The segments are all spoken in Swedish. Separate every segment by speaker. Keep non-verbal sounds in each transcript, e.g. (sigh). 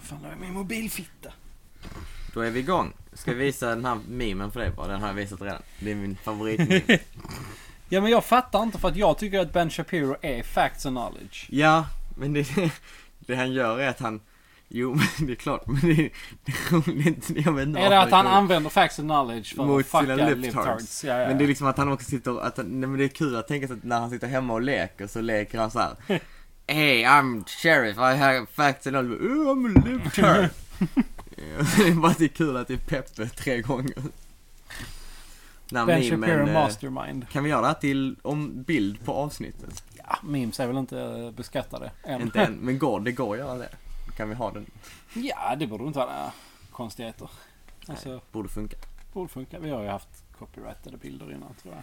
Speaker 1: Fan, där är min mobilfitta.
Speaker 2: Då är vi igång. Ska jag visa den här memen för dig bara? Den har jag visat redan. Det är min
Speaker 1: (laughs)
Speaker 2: favoritmeme.
Speaker 1: Ja men jag fattar inte för att jag tycker att Ben Shapiro är facts and knowledge.
Speaker 2: ja, men det, (laughs) det han gör är att han... Jo, (laughs) men det är klart, men det är, det är roligt. Jag vet inte
Speaker 1: är det
Speaker 2: varför
Speaker 1: att han
Speaker 2: är roligt.
Speaker 1: använder facts and knowledge för
Speaker 2: Mot
Speaker 1: att fucka
Speaker 2: sina lip
Speaker 1: libtards?
Speaker 2: tarts.
Speaker 1: Ja, ja.
Speaker 2: Men det är liksom att han också sitter, att, han- nej, men det är kul att tänka sig att när han sitter hemma och leker så leker han så här.
Speaker 1: (laughs)
Speaker 2: Hey I'm sheriff, I have facts and all, oh, I'm a
Speaker 1: (laughs)
Speaker 2: libtard. Ja, (laughs) det är bara att det är kul att det är Peppe tre gånger.
Speaker 1: ben
Speaker 2: Nej, men,
Speaker 1: Shapiro
Speaker 2: eh,
Speaker 1: mastermind.
Speaker 2: Kan vi göra det här till, om bild på avsnittet?
Speaker 1: Ja, memes är väl inte eh, beskattade än.
Speaker 2: Inte än, men går, det går att göra det. Kan vi ha den?
Speaker 1: (laughs) Ja, det borde inte vara några konstigheter. Alltså,
Speaker 2: Borde funka.
Speaker 1: borde funka. Vi har ju haft copyrightade bilder innan tror jag.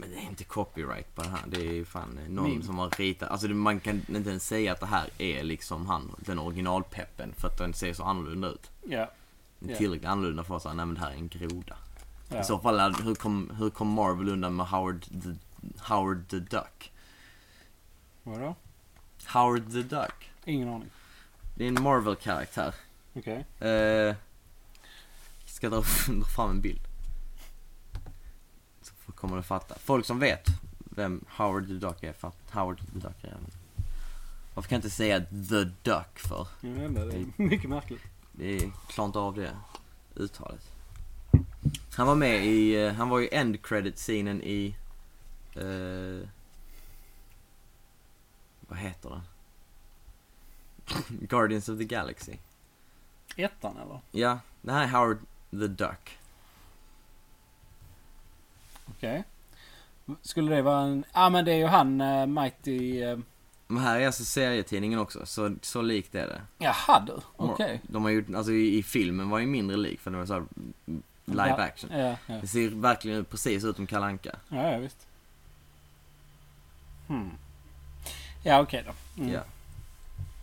Speaker 2: Men det är inte copyright på det här. Det är ju fan eh, någon
Speaker 1: Meme.
Speaker 2: som har ritat. Alltså det- man kan inte ens säga att det här är liksom han, den originalpeppen. För att den ser så annorlunda ut.
Speaker 1: Ja.
Speaker 2: Den är
Speaker 1: Ja.
Speaker 2: Tillräckligt annorlunda för att säga, nej men det här är en groda.
Speaker 1: ja.
Speaker 2: I så fall, hade- hur kom, hur kom Marvel undan med Howard the, Howard the Duck?
Speaker 1: Vadå?
Speaker 2: Howard the Duck.
Speaker 1: Ingen aning.
Speaker 2: Det är en Marvel-karaktär.
Speaker 1: Okej.
Speaker 2: Eh, ska dra, (laughs) dra fram en bild. Så kommer du fatta. Folk som vet vem Howard the Duck är, fatt, Howard the Duck är. Varför kan jag inte säga the Duck för?
Speaker 1: Jag vet inte, det är mycket märkligt.
Speaker 2: Det klarar inte av det uttalet. Han var med i, eh, han var ju end credit scenen i, eh, vad heter den? (laughs) Guardians of the Galaxy.
Speaker 1: Ettan eller?
Speaker 2: Ja, det här är Howard the Duck.
Speaker 1: Okej. Skulle det vara en... Ja ah, men det är ju han eh, Mighty... eh,
Speaker 2: Men här är alltså serietidningen också, så, så likt är det.
Speaker 1: Jaha du, okej.
Speaker 2: De har gjort, alltså i, i filmen var ju mindre lik för det var så här mm, live action.
Speaker 1: Ja, ja.
Speaker 2: Det ser verkligen ut precis ut som Kalle Anka.
Speaker 1: ja, ja visst. Hmm. Ja okej då. Mm.
Speaker 2: Ja.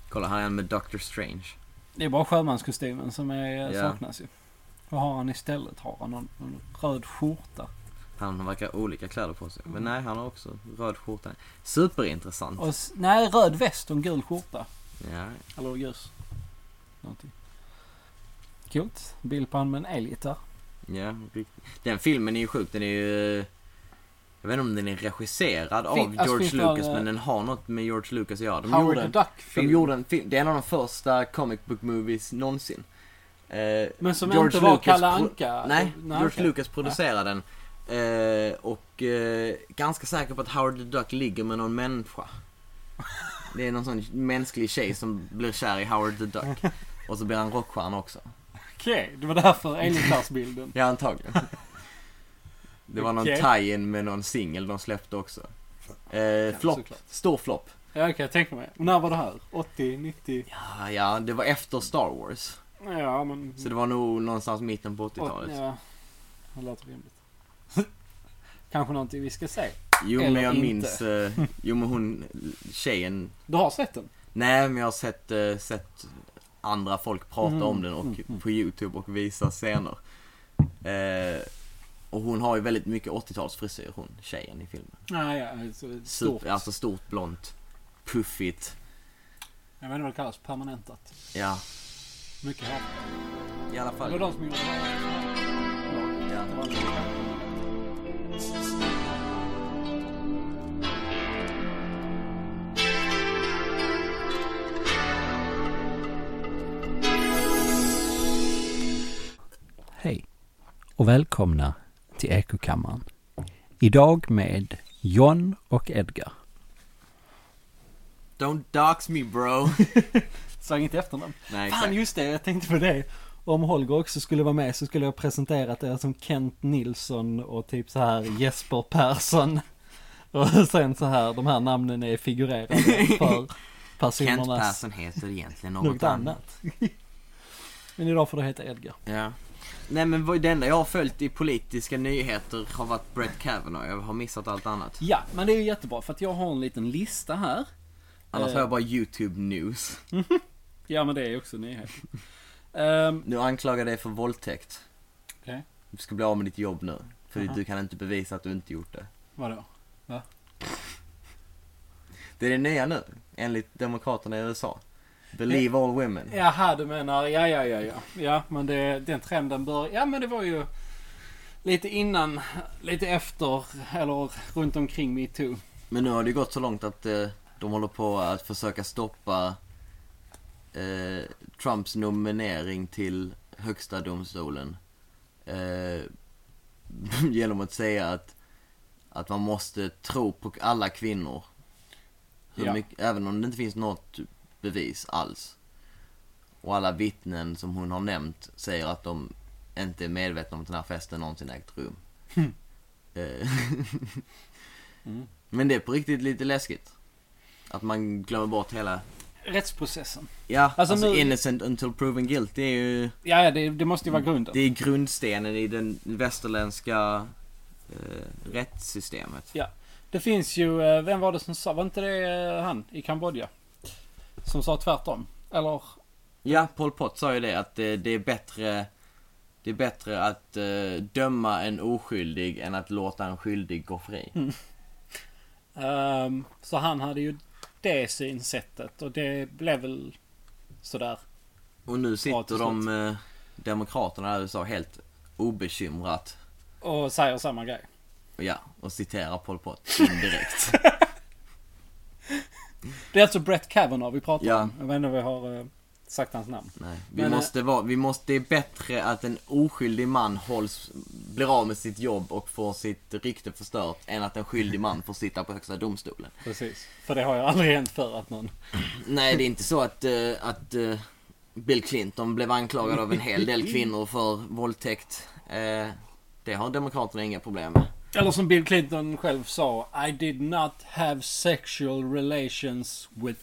Speaker 2: Kolla, här är han med Doctor Strange.
Speaker 1: Det är bara sjömanskostymen som är, eh,
Speaker 2: Ja.
Speaker 1: saknas ju. Vad har han istället? Har han någon, någon röd skjorta?
Speaker 2: Mm. Han verkar ha olika kläder på sig. Men nej, han har också röd skjorta. Superintressant.
Speaker 1: Mm. Och, s- nej, röd väst och en gul skjorta.
Speaker 2: Ja,
Speaker 1: Eller ljus. Någonting. Coolt. Bild på han med en elgitarr.
Speaker 2: ja, riktigt. Den filmen är ju sjuk, den är ju... Jag vet inte om den är regisserad av
Speaker 1: alltså,
Speaker 2: George
Speaker 1: finns det
Speaker 2: Lucas,
Speaker 1: någon, eh,
Speaker 2: men den har något med George Lucas att göra. De
Speaker 1: Howard
Speaker 2: gjorde
Speaker 1: the
Speaker 2: en
Speaker 1: Duck-film.
Speaker 2: De gjorde en film, det är en av de första comic book movies någonsin. Eh,
Speaker 1: Men som
Speaker 2: George
Speaker 1: inte var
Speaker 2: Lucas
Speaker 1: Kalle
Speaker 2: pro-
Speaker 1: Anka.
Speaker 2: nej, George
Speaker 1: okej.
Speaker 2: Lucas producerade den. Eh, och eh, ganska säker på att Howard the Duck ligger med
Speaker 1: (laughs)
Speaker 2: någon människa. Det är någon sån mänsklig tjej som blir kär i Howard the Duck. Och så blir han rockstjärna också.
Speaker 1: Okej, det var därför
Speaker 2: (laughs)
Speaker 1: elgitarrsbilden. (laughs)
Speaker 2: Ja, antagligen. Det var någon
Speaker 1: Okej.
Speaker 2: tie-in med någon singel de släppte också. Eh, flopp,
Speaker 1: såklart.
Speaker 2: stor flopp.
Speaker 1: Ja, okej, jag tänker mig. Och När var det här? 80, 90?
Speaker 2: Ja, ja, det var efter Star Wars.
Speaker 1: Ja, men...
Speaker 2: Så det var nog någonstans mitten på 80-talet.
Speaker 1: Ja, det låter rimligt. (laughs) Kanske någonting vi ska se.
Speaker 2: Jo
Speaker 1: Eller
Speaker 2: men jag
Speaker 1: inte.
Speaker 2: minns, eh, jo men hon, tjejen,
Speaker 1: Du har sett den?
Speaker 2: nej men jag har sett, eh, sett andra folk prata
Speaker 1: Mm,
Speaker 2: om den och
Speaker 1: mm, mm.
Speaker 2: på youtube och visa scener. Eh, och hon har ju väldigt mycket 80-talsfrisyr hon, tjejen i filmen.
Speaker 1: Ja, ja. Så stort.
Speaker 2: Super, alltså stort blont, puffigt,
Speaker 1: Jag vet inte vad det kallas. Permanentat.
Speaker 2: ja
Speaker 1: Mycket hår.
Speaker 2: i alla
Speaker 1: Det
Speaker 2: fall.
Speaker 1: var de som gjorde det. här.
Speaker 2: Ja.
Speaker 1: Ja, det var det. Hej och välkomna till Ekokammaren. Idag med John och Edgar.
Speaker 2: Don't dox me bro! (laughs)
Speaker 1: Sa inget efternamn?
Speaker 2: nej
Speaker 1: Fan
Speaker 2: exakt.
Speaker 1: just det, jag tänkte på det. Om Holger också skulle vara med så skulle jag presenterat er som Kent Nilsson och typ så här Jesper Persson. (laughs) Och sen så här, de här namnen är figurerade för
Speaker 2: (laughs) Kent
Speaker 1: personernas
Speaker 2: Persson heter egentligen
Speaker 1: något
Speaker 2: något annat.
Speaker 1: annat. (laughs) Men idag får du heta Edgar.
Speaker 2: Ja. Nej men vad- det enda jag har följt i politiska nyheter har varit Brett Kavanaugh, jag har missat allt annat.
Speaker 1: Ja, men det är ju jättebra för att jag har en liten lista här.
Speaker 2: Annars
Speaker 1: Eh.
Speaker 2: har jag bara YouTube news.
Speaker 1: Ja men det är också nyheten. Ehm,
Speaker 2: Nu anklagar dig för våldtäkt.
Speaker 1: Okej.
Speaker 2: Du ska bli av med ditt jobb nu. För
Speaker 1: Jaha.
Speaker 2: du kan inte bevisa att du inte gjort det.
Speaker 1: vadå?
Speaker 2: Det är det nya nu, enligt Demokraterna i USA. Believe all women.
Speaker 1: Jaha, du menar, ja, ja, ja, ja. Ja, men det, den trenden bör, ja men det var ju lite innan, lite efter, eller runt omkring metoo.
Speaker 2: Men nu har det ju gått så långt att eh, de håller på att försöka stoppa eh, Trumps nominering till högsta domstolen. Eh, (laughs) genom att säga att, att man måste tro på alla kvinnor. Hur
Speaker 1: Ja.
Speaker 2: mycket, även om det inte finns något bevis alls. Och alla vittnen som hon har nämnt säger att de inte är medvetna om att den här festen någonsin ägt rum. (laughs) Eh, Men det är på riktigt lite läskigt. Att man glömmer bort hela...
Speaker 1: Rättsprocessen.
Speaker 2: Ja, alltså,
Speaker 1: Alltså nu-
Speaker 2: innocent until proven guilty är ju...
Speaker 1: Ja, ja, det, det måste ju vara grunden.
Speaker 2: Det är grundstenen i den västerländska eh, rättssystemet.
Speaker 1: Ja. Det finns ju, eh, vem var det som sa, var inte det eh, han i Kambodja? Som sa tvärtom? Eller?
Speaker 2: Ja, Pol Pot sa ju det att eh, det, det är bättre... Det är bättre att eh, döma en oskyldig än att låta en skyldig gå fri.
Speaker 1: Mm. ehm, så han hade ju det synsättet och det blev väl sådär.
Speaker 2: Och nu
Speaker 1: Ja, till
Speaker 2: sitter de eh, demokraterna där i USA helt obekymrat
Speaker 1: Och säger samma grej.
Speaker 2: och, ja, och citerar Pol Pot indirekt.
Speaker 1: (laughs) Det är alltså Brett Kavanaugh vi pratar
Speaker 2: Ja.
Speaker 1: om. Jag vet inte om vi har eh, sagt hans namn.
Speaker 2: Nej, vi
Speaker 1: Men, eh,
Speaker 2: måste vara, vi måste, det är bättre att en oskyldig man hålls, blir av med sitt jobb och får sitt rykte förstört än att en skyldig man får sitta på högsta domstolen.
Speaker 1: Precis. För det har ju aldrig hänt för att någon...
Speaker 2: Nej, det är inte så att, eh, att eh, Bill Clinton blev anklagad av en hel del kvinnor för våldtäkt. Eh, det har demokraterna inga problem med.
Speaker 1: Eller som Bill Clinton själv sa. I did not have sexual relations with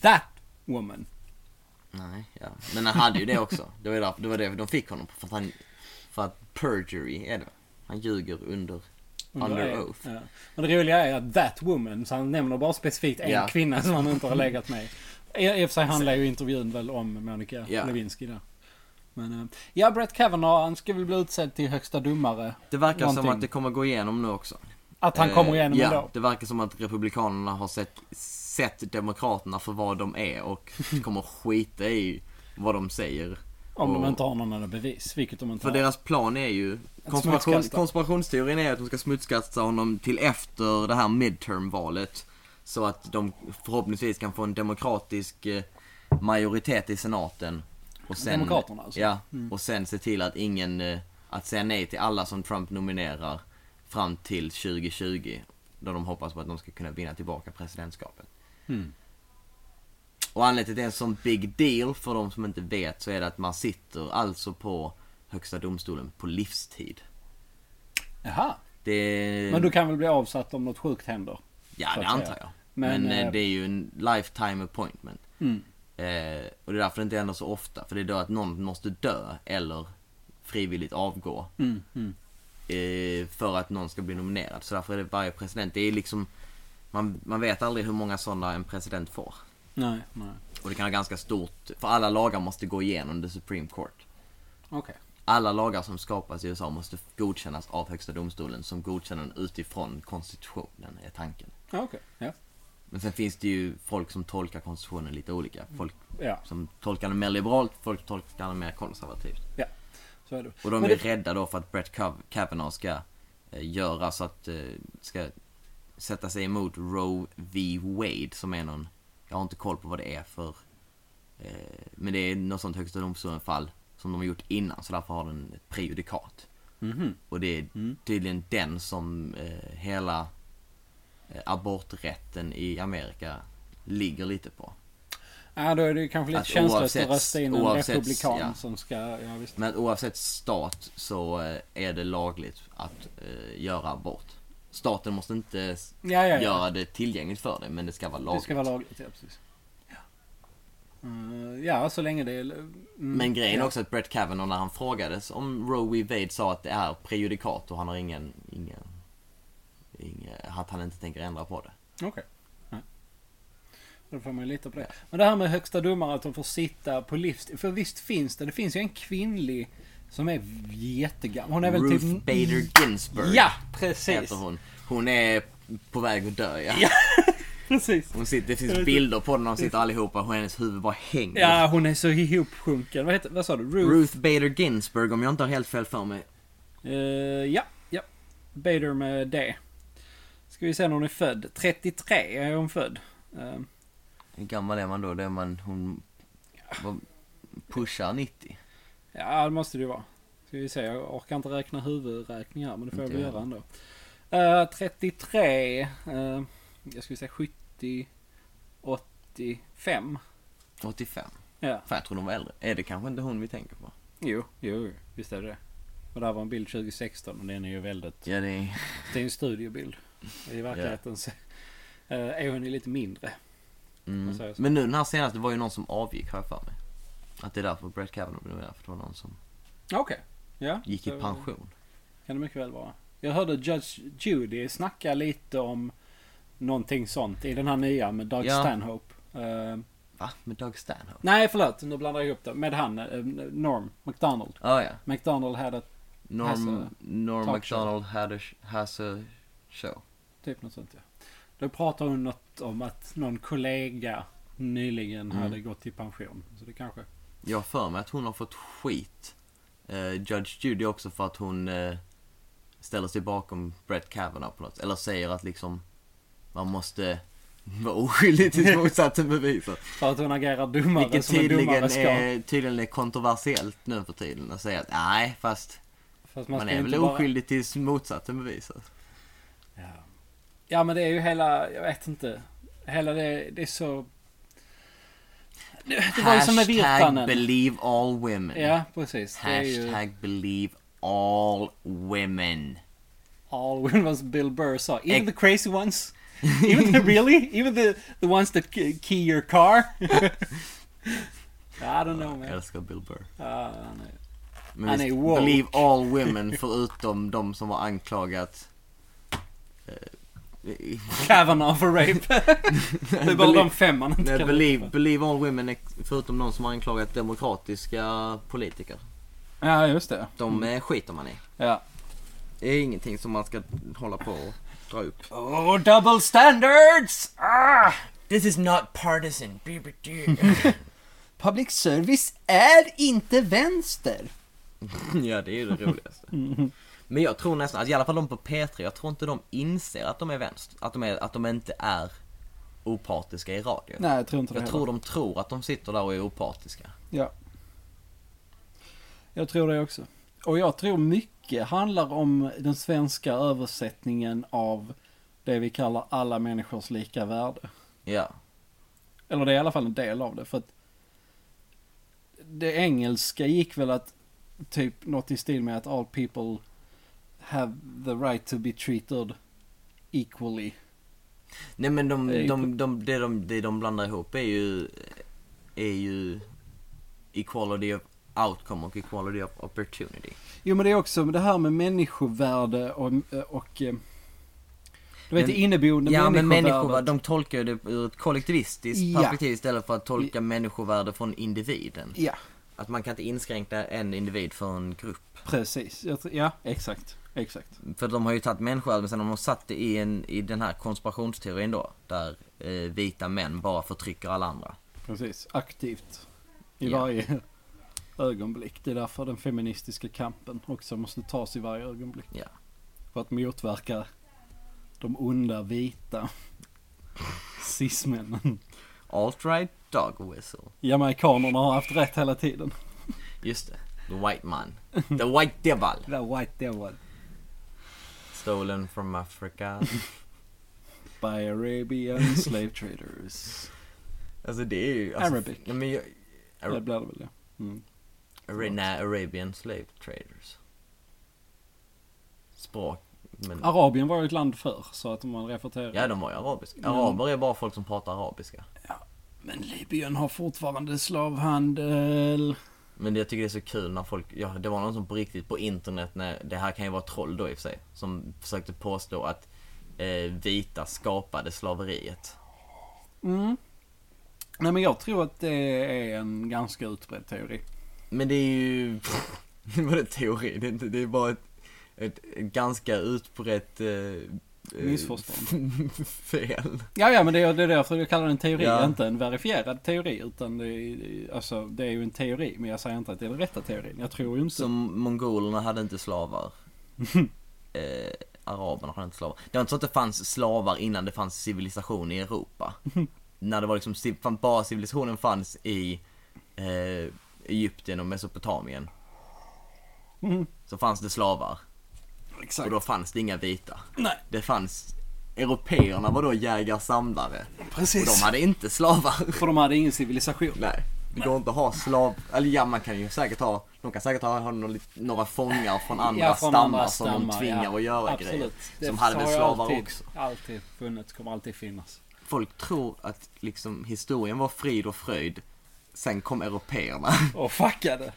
Speaker 1: that woman.
Speaker 2: Nej, ja. Men han hade ju det också. Det var, ju därför, det var det de fick honom på, för att han, för att perjury är det. Han ljuger under, under oath.
Speaker 1: Ja. Men det roliga är att that woman, så han nämner bara specifikt en
Speaker 2: Ja.
Speaker 1: kvinna som han inte har legat med. I i och för sig handlar ju intervjun väl om Monica
Speaker 2: Ja.
Speaker 1: Lewinsky där. Men, eh, ja, Brett Kavanaugh, han ska väl bli utsedd till högsta domare.
Speaker 2: Det verkar som
Speaker 1: Någonting.
Speaker 2: att det kommer gå igenom nu också.
Speaker 1: Att han kommer
Speaker 2: Eh,
Speaker 1: igenom
Speaker 2: ja,
Speaker 1: ändå.
Speaker 2: det verkar som att Republikanerna har sett, sett Demokraterna för vad de är och
Speaker 1: (laughs)
Speaker 2: kommer skita i vad de säger.
Speaker 1: Om de
Speaker 2: Och-
Speaker 1: inte har någon annan bevis, vilket de inte
Speaker 2: För
Speaker 1: har.
Speaker 2: deras plan är ju, konspiration,
Speaker 1: smutskasta.
Speaker 2: konspirationsteorin är att de ska smutskasta honom till efter det här midtermvalet. Så att de förhoppningsvis kan få en demokratisk eh, majoritet i senaten. Och
Speaker 1: Demokraterna alltså?
Speaker 2: Ja, och sen se till att ingen, eh, att säga nej till alla som Trump nominerar fram till 2020. Då de hoppas på att de ska kunna vinna tillbaka presidentskapet.
Speaker 1: Mm.
Speaker 2: Och anledningen till att det är en sån big deal för de som inte vet så är det att man sitter alltså på Högsta domstolen på livstid.
Speaker 1: Jaha.
Speaker 2: Det är...
Speaker 1: Men du kan väl bli avsatt om något sjukt händer?
Speaker 2: ja,
Speaker 1: så
Speaker 2: det
Speaker 1: att säga.
Speaker 2: antar jag.
Speaker 1: Men,
Speaker 2: Men, eh,
Speaker 1: eh,
Speaker 2: det är ju en lifetime appointment.
Speaker 1: Mm.
Speaker 2: Eh, och det är därför det inte händer så ofta. För det är då att någon måste dö eller frivilligt avgå.
Speaker 1: Mm, mm.
Speaker 2: eh, för att någon ska bli nominerad. Så därför är det varje president. Det är liksom, man, man vet aldrig hur många sådana en president får.
Speaker 1: Nej, nej.
Speaker 2: Och det kan vara ganska stort, för alla lagar måste gå igenom the Supreme Court.
Speaker 1: Okej.
Speaker 2: Alla lagar som skapas i USA måste godkännas av Högsta domstolen som godkänner den utifrån konstitutionen, är tanken.
Speaker 1: Ja, okej. Ja.
Speaker 2: Men sen finns det ju folk som tolkar konstitutionen lite olika. Folk
Speaker 1: ja,
Speaker 2: som tolkar den mer liberalt, folk som tolkar den mer konservativt.
Speaker 1: ja. Så är det.
Speaker 2: Och de är
Speaker 1: Men det-
Speaker 2: rädda då för att Brett Kav- Kavanaugh ska eh, göra så att, eh, ska sätta sig emot Roe v. Wade som är någon, jag har inte koll på vad det är för, eh, men det är något sånt högsta domstolen-fall som de har gjort innan så därför har den ett prejudikat.
Speaker 1: Mhm.
Speaker 2: Och det är tydligen den som eh, hela eh, aborträtten i Amerika ligger lite på.
Speaker 1: Ja, då är det ju kanske lite
Speaker 2: Att
Speaker 1: känslöst
Speaker 2: oavsett-
Speaker 1: att rösta in en
Speaker 2: oavsett,
Speaker 1: republikan
Speaker 2: ja.
Speaker 1: som ska... Ja, visst.
Speaker 2: Men att oavsett stat så eh, är det lagligt att eh, göra abort. Staten måste inte s-
Speaker 1: Ja, ja, ja.
Speaker 2: göra det tillgängligt för dig, men det ska vara
Speaker 1: Det
Speaker 2: lagligt.
Speaker 1: ska vara lagligt, ja precis. Ja, Eh, ja så länge det är... Mm,
Speaker 2: Men grejen
Speaker 1: ja.
Speaker 2: är också att Brett Kavanaugh när han frågades om Roe v. Wade sa att det är prejudikat och han har ingen, ingen, ingen att han inte tänker ändra på det.
Speaker 1: Okej. Ja. Då får man ju lita på det. Men det här med högsta domare att de får sitta på livstid. För visst finns det. Det finns ju en kvinnlig som är jättegammal. Hon är väl
Speaker 2: Ruth
Speaker 1: typ...
Speaker 2: Bader Ginsburg
Speaker 1: Ja,
Speaker 2: heter
Speaker 1: precis.
Speaker 2: hon. Hon är på väg att dö, ja.
Speaker 1: precis.
Speaker 2: Hon sitter, det finns bilder på när de sitter allihopa och hennes huvud bara hänger.
Speaker 1: Ja, hon är så ihopsjunken. Vad, heter, vad sa du? Ruth?
Speaker 2: Ruth Bader Ginsburg om jag inte har helt fel för mig.
Speaker 1: Eh, ja, ja. Bader med D. Ska vi se när hon är född. 33 är hon född. Eh,
Speaker 2: Hur gammal är man då? Det är man, hon vad- pushar 90.
Speaker 1: ja, det måste det ju vara. Ska vi se, jag orkar inte räkna huvudräkning här, men det får jag
Speaker 2: Inte
Speaker 1: väl
Speaker 2: jag.
Speaker 1: göra ändå. Eh, 33. eh, jag skulle säga 70. 85.
Speaker 2: 85.
Speaker 1: Ja.
Speaker 2: För jag trodde hon var äldre. Är det kanske inte hon vi tänker på?
Speaker 1: Jo, jo, jo. visst är det det. Och det här var en bild 2016 och den är ju väldigt...
Speaker 2: Ja, det är...
Speaker 1: Det är en studiobild. I verkligheten så eh, är hon ju lite mindre.
Speaker 2: Mm.
Speaker 1: Vad säger jag?
Speaker 2: Men nu den här senaste var ju någon som avgick har jag för mig. Att det är därför Brett Kavanaugh blev nominerad. För det var någon som
Speaker 1: Okej. Ja.
Speaker 2: gick i
Speaker 1: så-
Speaker 2: pension.
Speaker 1: Kan det mycket väl vara. Jag hörde Judge Judy snacka lite om någonting sånt i den här nya med Doug
Speaker 2: Ja.
Speaker 1: Stanhope. Eh,
Speaker 2: Va? Med Doug Stanhope?
Speaker 1: nej, förlåt. Nu blandar jag ihop det. Med han, eh, Norm McDonald.
Speaker 2: Ah, Ja, ja.
Speaker 1: McDonald hade Has
Speaker 2: Norm,
Speaker 1: a
Speaker 2: Norm
Speaker 1: talk show.
Speaker 2: MacDonald had a, sh- has a show.
Speaker 1: Typ något sånt ja. Då pratade hon något om att någon kollega nyligen
Speaker 2: Mm.
Speaker 1: hade gått i pension. Så det kanske...
Speaker 2: Jag har för mig att hon har fått skit, eh, Judge Judy också, för att hon eh, ställer sig bakom Brett Kavanaugh på något Eller säger att liksom man måste (laughs) vara
Speaker 1: (laughs)
Speaker 2: oskyldig tills motsatsen bevisas.
Speaker 1: För att hon agerar dummare
Speaker 2: Vilket
Speaker 1: som en
Speaker 2: tydligen
Speaker 1: dummare ska.
Speaker 2: är, tydligen är kontroversiellt nu för tiden. Att säga att nej, fast
Speaker 1: Fast
Speaker 2: man,
Speaker 1: ska
Speaker 2: är
Speaker 1: inte
Speaker 2: väl
Speaker 1: bara-
Speaker 2: oskyldig tills motsatsen bevisas.
Speaker 1: Ja. ja men det är ju hela, jag vet inte. Hela det, det är så... Det, det var ju som med
Speaker 2: Hashtag
Speaker 1: Virtanen.
Speaker 2: believe all women.
Speaker 1: Ja precis. Det är ju
Speaker 2: Hashtag believe all women.
Speaker 1: all women som Bill Burr sa. Even
Speaker 2: Ex-
Speaker 1: the crazy ones. Even the really? Even the, the ones that key key your car? (laughs) I don't know
Speaker 2: Jag
Speaker 1: man.
Speaker 2: älskar Bill Burr.
Speaker 1: Ah, nej.
Speaker 2: Men
Speaker 1: Han är woke.
Speaker 2: believe all women förutom de som har anklagat... eh,
Speaker 1: Kavanaugh för
Speaker 2: (laughs)
Speaker 1: rape. det är bara de fem man inte
Speaker 2: Nej,
Speaker 1: kan
Speaker 2: believe, believe all women ex- förutom de som har anklagat demokratiska politiker.
Speaker 1: Ja, just det.
Speaker 2: De eh, skiter man i.
Speaker 1: Ja.
Speaker 2: Det är ingenting som man ska hålla på och dra upp.
Speaker 1: Oh, double standards! Ah!
Speaker 2: This is not partisan.
Speaker 1: Public service är inte vänster.
Speaker 2: (laughs) ja, det är ju det roligaste. Men jag tror nästan, att i alla fall de på P3, jag tror inte de inser att de är vänster. Att de, är, att de inte är opartiska i radio.
Speaker 1: Nej, jag tror inte det
Speaker 2: Jag
Speaker 1: heller.
Speaker 2: tror de tror att de sitter där och är opartiska.
Speaker 1: Ja. Jag tror det också. Och jag tror mycket handlar om den svenska översättningen av det vi kallar alla människors lika värde.
Speaker 2: Ja.
Speaker 1: Eller det är i alla fall en del av det. För att det engelska gick väl att typ något i stil med att all people have the right to be treated equally.
Speaker 2: Nej men de,
Speaker 1: Det är ju-
Speaker 2: de, de, det, de, det de blandar ihop är ju, är ju equality of outcome och equality of opportunity.
Speaker 1: Jo men det är också det här med människovärde och... och eh, du vet
Speaker 2: Men-
Speaker 1: det inneboende
Speaker 2: Ja men människovärde,
Speaker 1: människovärdet.
Speaker 2: de tolkar ju det ur ett kollektivistiskt
Speaker 1: Ja.
Speaker 2: perspektiv istället för att tolka människovärde från individen.
Speaker 1: Ja,
Speaker 2: Att man kan inte inskränka en individ för en grupp.
Speaker 1: precis. Jag tror- Ja, exakt. Exakt.
Speaker 2: För de har ju tagit människovärde men sen har de satt det i, en, i den här konspirationsteorin då. Där eh, vita män bara förtrycker alla andra.
Speaker 1: Precis. Aktivt. I
Speaker 2: Ja.
Speaker 1: varje (laughs) ögonblick. Det är därför den feministiska kampen också måste tas i varje ögonblick.
Speaker 2: Ja.
Speaker 1: För att motverka de onda vita (laughs) cis-männen.
Speaker 2: Alt-right dog whistle.
Speaker 1: Jamaikanerna har haft rätt hela tiden.
Speaker 2: Just det. The white (laughs) man. The white devil.
Speaker 1: Det där white devil.
Speaker 2: Stolen from Africa. (laughs)
Speaker 1: By Arabian slave traders.
Speaker 2: alltså det är ju... Alltså,
Speaker 1: Arabic.
Speaker 2: Nej men jag...
Speaker 1: Det
Speaker 2: Ara-
Speaker 1: blir det väl ja. Mm.
Speaker 2: Ara- nej, Arabian slave traders. Språk. Men,
Speaker 1: Arabien var ju ett land förr så att man refererar.
Speaker 2: ja, de var ju arabiska.
Speaker 1: Ja.
Speaker 2: Araber är bara folk som pratar arabiska.
Speaker 1: Men Libyen har fortfarande slavhandel.
Speaker 2: Men jag tycker det är så kul när folk, ja det var någon som på riktigt på internet, när, det här kan ju vara troll då i och för sig, som försökte påstå att eh, vita skapade slaveriet.
Speaker 1: Mm. Nej men jag tror att det är en ganska utbredd teori.
Speaker 2: Men det är ju... (laughs) Det var en teori, det är, inte, det är bara ett, ett, ett ganska utbrett eh, eh,
Speaker 1: Missförstånd.
Speaker 2: (laughs) fel.
Speaker 1: Ja, ja, men det är, det är därför jag kallar det en teori,
Speaker 2: Ja.
Speaker 1: inte en verifierad teori. Utan det är, alltså, det är ju en teori, men jag säger inte att det är den rätta teorin. Jag tror ju inte...
Speaker 2: Som mongolerna hade inte (laughs) slavar. eh, araberna hade inte slavar. Det var inte så att det fanns slavar innan det fanns civilisation i (laughs) Europa. När det var liksom, civ- fan, bara civilisationen fanns i eh, Egypten och Mesopotamien.
Speaker 1: Mm,
Speaker 2: Så fanns det slavar.
Speaker 1: exakt.
Speaker 2: Och då fanns det inga vita.
Speaker 1: Nej,
Speaker 2: Det fanns, europeerna var då jägare-samlare. Och
Speaker 1: precis.
Speaker 2: de hade
Speaker 1: (laughs)
Speaker 2: inte slavar.
Speaker 1: För de hade ingen civilisation.
Speaker 2: Nej. Det går inte att ha slav... Eller ja, man kan ju säkert ha... De kan säkert ha, ha några, några fångar från andra
Speaker 1: Ja, från
Speaker 2: stammar
Speaker 1: andra
Speaker 2: som
Speaker 1: stammar,
Speaker 2: de tvingar
Speaker 1: ja.
Speaker 2: att göra
Speaker 1: Absolut.
Speaker 2: grejer.
Speaker 1: Det
Speaker 2: Som hade
Speaker 1: har
Speaker 2: väl
Speaker 1: ju
Speaker 2: slavar
Speaker 1: alltid,
Speaker 2: också.
Speaker 1: Alltid funnits, kommer alltid finnas.
Speaker 2: Folk tror att liksom historien var frid och fröjd. Sen kom européerna.
Speaker 1: Och fuckade.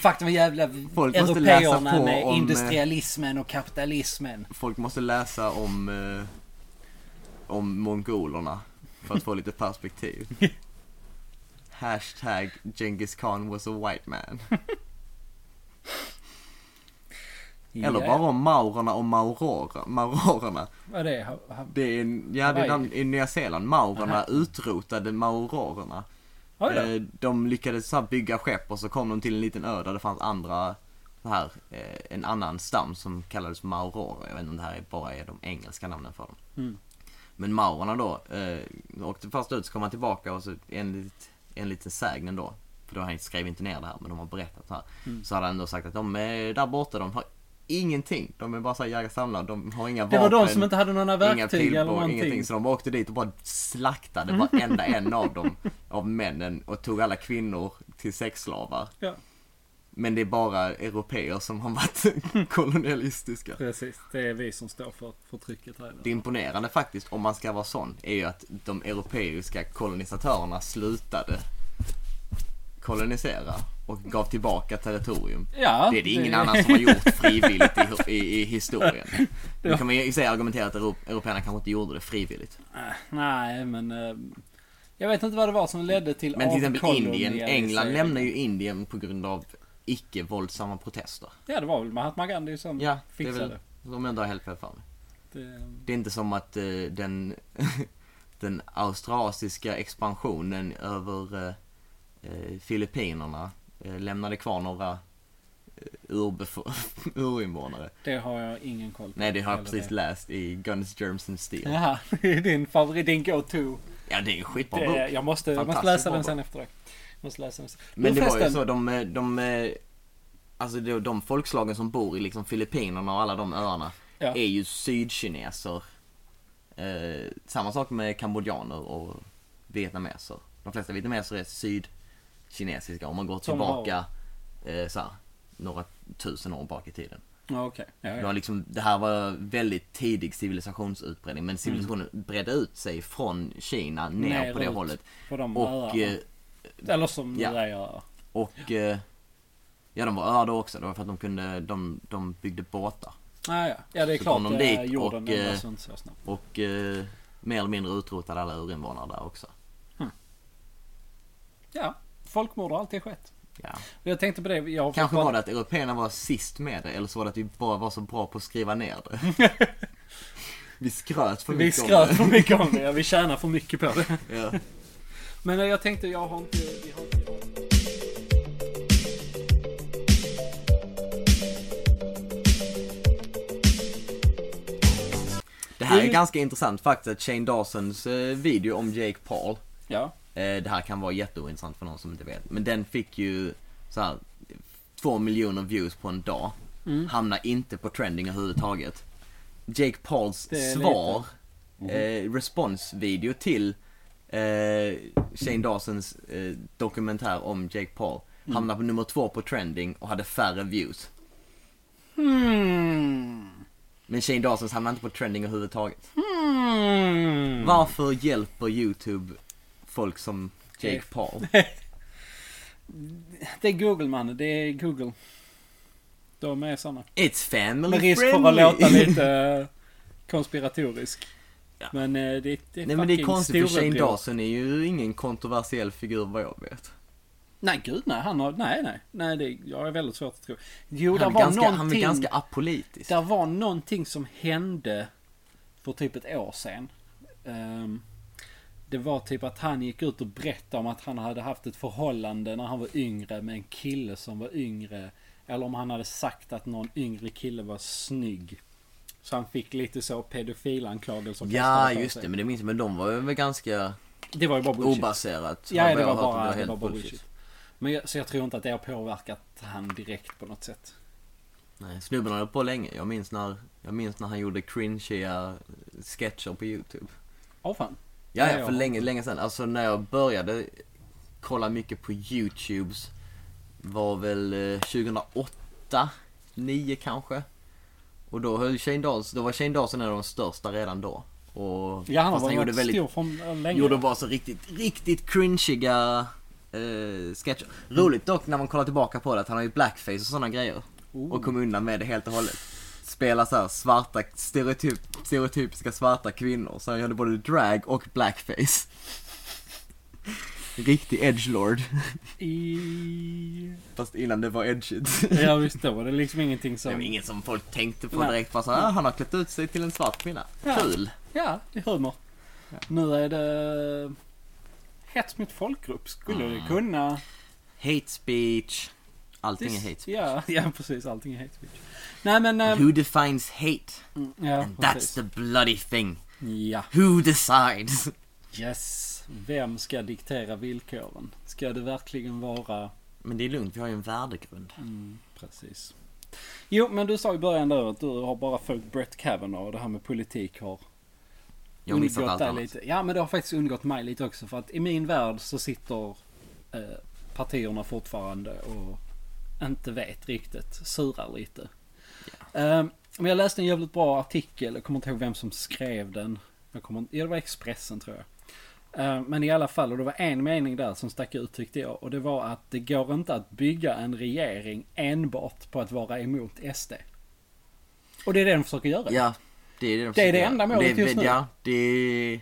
Speaker 1: Fuck de jävla
Speaker 2: Folk måste läsa
Speaker 1: europeerna
Speaker 2: på
Speaker 1: med
Speaker 2: om, eh,
Speaker 1: industrialismen och kapitalismen.
Speaker 2: (laughs) Folk måste läsa om... Eh, om mongolerna. För att få
Speaker 1: (laughs)
Speaker 2: lite perspektiv. Hashtag Genghis Khan was a white man. Eller
Speaker 1: Ja,
Speaker 2: bara om maurerna och maurora- maurorerna.
Speaker 1: Vad det är, ha- ha-
Speaker 2: Det är, en- ja, det är
Speaker 1: Hawaii.
Speaker 2: den, i Nya Zeeland. Maurerna
Speaker 1: Aha.
Speaker 2: utrotade maurorerna.
Speaker 1: Oj då.
Speaker 2: Eh, de lyckades så här bygga skepp och så kom de till en liten ö där det fanns andra, så här, eh, en annan stam som kallades maurorer. Jag vet inte om det här är bara är de engelska namnen för dem.
Speaker 1: Mm.
Speaker 2: Men maurerna då, eh, åkte först ut så kom han tillbaka och så enligt, enligt en sägnen då, för då har han skrev inte ner det här men de har berättat så här.
Speaker 1: Mm.
Speaker 2: Så hade han då sagt att de är där borta, de har ingenting. De är bara så här jägare-samlare, de har inga
Speaker 1: Det var
Speaker 2: vapen.
Speaker 1: de som inte hade några
Speaker 2: Inga
Speaker 1: verktyg eller
Speaker 2: pilbågar,
Speaker 1: någonting.
Speaker 2: ingenting. Så de bara åkte dit och bara slaktade varenda en av dem, av männen, och tog alla kvinnor till sexslavar.
Speaker 1: Ja,
Speaker 2: Men det är bara europeer som har varit kolonialistiska.
Speaker 1: precis. Det är vi som står för förtrycket här.
Speaker 2: Det imponerande faktiskt, om man ska vara sån, är ju att de europeiska kolonisatörerna slutade kolonisera och gav tillbaka territorium.
Speaker 1: Ja,
Speaker 2: Det är det ingen annan som har gjort frivilligt i, i, i historien. Nu kan man ju i och för sig argumentera att Europ- europeerna kanske inte gjorde det frivilligt.
Speaker 1: (laughs) Eh, Nej, men... eh, Jag vet inte vad det var som ledde till
Speaker 2: Men till exempel Indien,
Speaker 1: avkolonialisering.
Speaker 2: England lämnar ju Indien på grund av icke-våldsamma protester.
Speaker 1: Ja, det var väl Mahatma Gandhi som
Speaker 2: Ja, det är
Speaker 1: fixade
Speaker 2: väl, om jag inte har helt fel för mig.
Speaker 1: det.
Speaker 2: Det är inte som att eh, den, (laughs) den australiska expansionen över eh, eh, Filippinerna eh, lämnade kvar några eh, urbefo- (laughs) urinvånare.
Speaker 1: Det har jag ingen koll på.
Speaker 2: Nej, det har jag
Speaker 1: Eller
Speaker 2: precis läst i Guns, Germs and Steel.
Speaker 1: Jaha, (laughs) det är din favorit, din go-to.
Speaker 2: Ja, det är en skitbra
Speaker 1: Det,
Speaker 2: bok.
Speaker 1: är- jag, måste, jag måste
Speaker 2: Fantastiskt
Speaker 1: läsa
Speaker 2: bra
Speaker 1: den
Speaker 2: bok.
Speaker 1: sen efter det. Jag måste läsa den sen.
Speaker 2: Men det var ju
Speaker 1: förresten,
Speaker 2: så, de, eh, de, eh, alltså de, de folkslagen som bor i liksom Filippinerna och alla de öarna
Speaker 1: Ja.
Speaker 2: är ju sydkineser. Eh, samma sak med kambodjaner och vietnameser. De flesta vietnameser är sydkinesiska om man går
Speaker 1: Som har-
Speaker 2: tillbaka eh, så här, några tusen år bak i tiden.
Speaker 1: Ja, okej. Ja,
Speaker 2: Det,
Speaker 1: ja.
Speaker 2: var liksom, det här var väldigt tidig civilisationsutbredning
Speaker 1: Mm.
Speaker 2: men civilisationen bredde ut sig från Kina ner på det
Speaker 1: Nerut
Speaker 2: hållet.
Speaker 1: På de
Speaker 2: Och
Speaker 1: öarna.
Speaker 2: eh,
Speaker 1: Eller som
Speaker 2: ja.
Speaker 1: nu är jag.
Speaker 2: Och eh, ja, de var öar då också. Det var för att de kunde, de, de byggde båtar.
Speaker 1: Ah, ja. ja, det är
Speaker 2: Så
Speaker 1: klart.
Speaker 2: kom de
Speaker 1: det är
Speaker 2: dit
Speaker 1: jorden
Speaker 2: och, eh,
Speaker 1: ändras inte så snabbt.
Speaker 2: Och eh, mer eller mindre utrotade alla urinvånare där också.
Speaker 1: Ja, folkmord har alltid skett.
Speaker 2: Ja.
Speaker 1: Jag tänkte på det. Jag har
Speaker 2: Kanske
Speaker 1: fått-
Speaker 2: var det att européerna var sist med det, eller så var det att vi bara var så bra på att skriva ner det.
Speaker 1: (laughs)
Speaker 2: Vi skröt för
Speaker 1: Vi
Speaker 2: mycket
Speaker 1: skröt
Speaker 2: om
Speaker 1: för mycket om det. Ja, vi tjänar för mycket på det.
Speaker 2: det. Ja.
Speaker 1: Men eh, jag tänkte, jag har inte... Vi har inte
Speaker 2: Det här är
Speaker 1: Mm.
Speaker 2: ganska intressant faktiskt, att Shane Dawsons eh, video om Jake Paul.
Speaker 1: ja.
Speaker 2: Eh, Det här kan vara jätteointressant för någon som inte vet. Men den fick ju så här, två miljoner views på en dag.
Speaker 1: Mm.
Speaker 2: Hamnar inte på trending överhuvudtaget. Jake Pauls
Speaker 1: Det är
Speaker 2: svar, eh, responsvideo till eh, Shane Dawsons eh, dokumentär om Jake Paul.
Speaker 1: Mm.
Speaker 2: Hamnar på nummer två på trending och hade färre views.
Speaker 1: Hmm.
Speaker 2: Men Shane Dawsons hamnar inte på trending överhuvudtaget.
Speaker 1: Mm. Hmm.
Speaker 2: Varför hjälper YouTube folk som Jake
Speaker 1: (laughs)
Speaker 2: Paul?
Speaker 1: Det är Google man, det är Google. De är såna.
Speaker 2: It's family
Speaker 1: Med risk
Speaker 2: friendly.
Speaker 1: för att låta lite
Speaker 2: (laughs)
Speaker 1: eh, konspiratorisk.
Speaker 2: Ja.
Speaker 1: Men eh, det, det är fucking
Speaker 2: Nej men det är konstigt för Shane
Speaker 1: storebror.
Speaker 2: Dawson är ju ingen kontroversiell figur vad jag vet.
Speaker 1: Nej gud nej, han har, nej nej. Nej det, jag är väldigt svårt att tro. Jo,
Speaker 2: Han
Speaker 1: där
Speaker 2: är,
Speaker 1: var
Speaker 2: ganska, han är
Speaker 1: någonting.
Speaker 2: ganska apolitisk.
Speaker 1: Där var någonting som hände för typ ett år sedan. Ehm, det var typ att han gick ut och berättade om att han hade haft ett förhållande när han var yngre med en kille som var yngre. Eller om han hade sagt att någon yngre kille var snygg. Så han fick lite så pedofilanklagelser
Speaker 2: Ja,
Speaker 1: kastade på
Speaker 2: just
Speaker 1: sig.
Speaker 2: det. Men det minns jag. Men de var ju väl ganska
Speaker 1: Det var ju bara bullshit.
Speaker 2: obaserat.
Speaker 1: Ja,
Speaker 2: Vad
Speaker 1: det
Speaker 2: jag
Speaker 1: var
Speaker 2: har hört,
Speaker 1: bara, det
Speaker 2: helt
Speaker 1: var bara bullshit. Men jag, så jag tror inte att det har påverkat han direkt på något sätt.
Speaker 2: Nej, snubben höll på länge. Jag minns när, jag minns när han gjorde cringeiga sketcher på YouTube.
Speaker 1: Åh fan.
Speaker 2: Ja,
Speaker 1: Ja,
Speaker 2: ja,
Speaker 1: ja.
Speaker 2: för länge, länge sedan. Alltså när jag började kolla mycket på YouTubes var väl eh, 2008, 9 kanske. Och då höll Shane Dawson, då var Shane Dawson en av de största redan då. Och
Speaker 1: Ja, han har
Speaker 2: fast
Speaker 1: varit
Speaker 2: gjorde
Speaker 1: stor
Speaker 2: väldigt-
Speaker 1: från länge.
Speaker 2: Gjorde bara så riktigt, riktigt cringiga eh, sketcher. Roligt dock när man kollar tillbaka på det att han har ju blackface och sådana grejer.
Speaker 1: Oh.
Speaker 2: Och kom undan med det helt och hållet. Spela så här svarta, stereotyp, stereotypiska svarta kvinnor. Så han gjorde både drag och blackface. Riktig edgelord.
Speaker 1: I...
Speaker 2: Fast innan det var edgigt.
Speaker 1: Ja visst, då var det liksom ingenting
Speaker 2: Det var
Speaker 1: som...
Speaker 2: inget som folk tänkte på
Speaker 1: Nej.
Speaker 2: direkt. Bara så här, ah, han har klätt ut sig till en svart kvinna.
Speaker 1: Ja.
Speaker 2: Kul!
Speaker 1: Ja, det är humor. Nu är det... Hets mot folkgrupp skulle
Speaker 2: Ah.
Speaker 1: det kunna...
Speaker 2: Hate speech. Allting är
Speaker 1: Dis-
Speaker 2: hate speech.
Speaker 1: Ja, ja precis. Allting är hate speech. Nej men... eh, mm,
Speaker 2: Who defines hate?
Speaker 1: Ja,
Speaker 2: And that's
Speaker 1: precis.
Speaker 2: the bloody thing.
Speaker 1: Ja.
Speaker 2: Who decides?
Speaker 1: Yes. Vem ska diktera villkoren? Ska det verkligen vara...
Speaker 2: (laughs) Men det är lugnt, vi har ju en värdegrund.
Speaker 1: Mm, precis. Jo, men du sa i början där att du har bara följt Brett Kavanaugh och det här med politik har
Speaker 2: Jag har missat allt
Speaker 1: dig
Speaker 2: annat.
Speaker 1: lite. Ja, men det har faktiskt undgått mig lite också för att i min värld så sitter eh, partierna fortfarande och inte vet riktigt, surar lite. Eh, men jag läste en jävligt bra artikel, jag kommer inte ihåg vem som skrev den. Jag kommer, inte- ja, det var Expressen tror jag. Eh, Men i alla fall, och det var en mening där som stack ut tyckte jag. Och det var att det går inte att bygga en regering enbart på att vara emot SD. Och det är det de försöker göra.
Speaker 2: Ja, det är det de
Speaker 1: Det är det
Speaker 2: försöker
Speaker 1: enda
Speaker 2: göra.
Speaker 1: målet
Speaker 2: det, är-
Speaker 1: just nu.
Speaker 2: Ja, det är...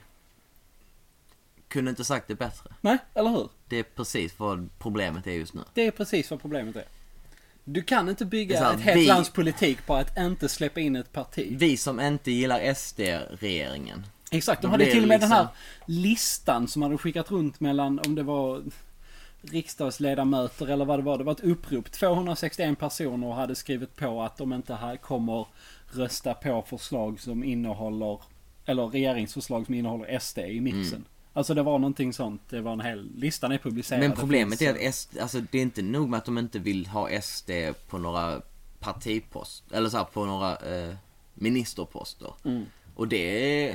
Speaker 2: Kunde inte sagt det bättre.
Speaker 1: Nej, eller hur?
Speaker 2: Det är precis vad problemet är just nu.
Speaker 1: Det är precis vad problemet är. Du kan inte
Speaker 2: Det är
Speaker 1: bygga
Speaker 2: så här,
Speaker 1: ett helt
Speaker 2: vi-
Speaker 1: lands politik på att inte släppa in ett parti.
Speaker 2: Vi som inte gillar SD-regeringen.
Speaker 1: Exakt, de
Speaker 2: Det
Speaker 1: hade
Speaker 2: blir
Speaker 1: till och med den här
Speaker 2: liksom-
Speaker 1: listan som hade skickat runt mellan, om det var riksdagsledamöter eller vad det var. Det var ett upprop. 261 personer hade skrivit på att de inte här kommer rösta på förslag som innehåller, eller regeringsförslag som innehåller SD i mixen.
Speaker 2: Mm.
Speaker 1: Alltså det var någonting sånt. Det var en hel, listan är publicerad.
Speaker 2: Men
Speaker 1: Det
Speaker 2: problemet
Speaker 1: finns, eh,
Speaker 2: är att SD, alltså det är inte nog med att de inte vill ha SD på några partipost eller så här, på några eh, ministerposter.
Speaker 1: Mm.
Speaker 2: Och det är...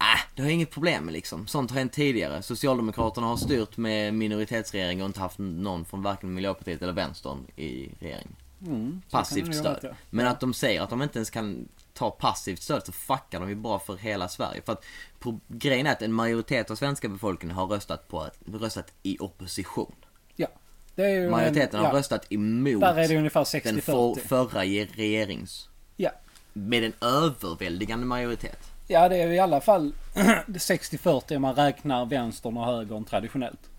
Speaker 2: Äh, det har jag inget problem med liksom. Sånt har hänt tidigare. Socialdemokraterna har styrt med minoritetsregering och inte haft någon från varken Miljöpartiet eller Vänstern i regering.
Speaker 1: Mm, så kan det
Speaker 2: Passivt
Speaker 1: ju
Speaker 2: stöd.
Speaker 1: vara, ja.
Speaker 2: Men att de säger att de inte ens kan ta passivt stöd så fuckar de ju bara för hela Sverige. För att pro- grejen är att en majoritet av svenska befolkningen har röstat, på, att- röstat i opposition.
Speaker 1: Ja. Det är ju en-
Speaker 2: Majoriteten har
Speaker 1: ja.
Speaker 2: röstat emot
Speaker 1: Där är det ungefär
Speaker 2: den för,
Speaker 1: 60-40.
Speaker 2: förra regerings...
Speaker 1: Ja.
Speaker 2: Med en överväldigande majoritet.
Speaker 1: ja, det är i alla fall (clears throat) 60-40 om man räknar vänstern och högern traditionellt.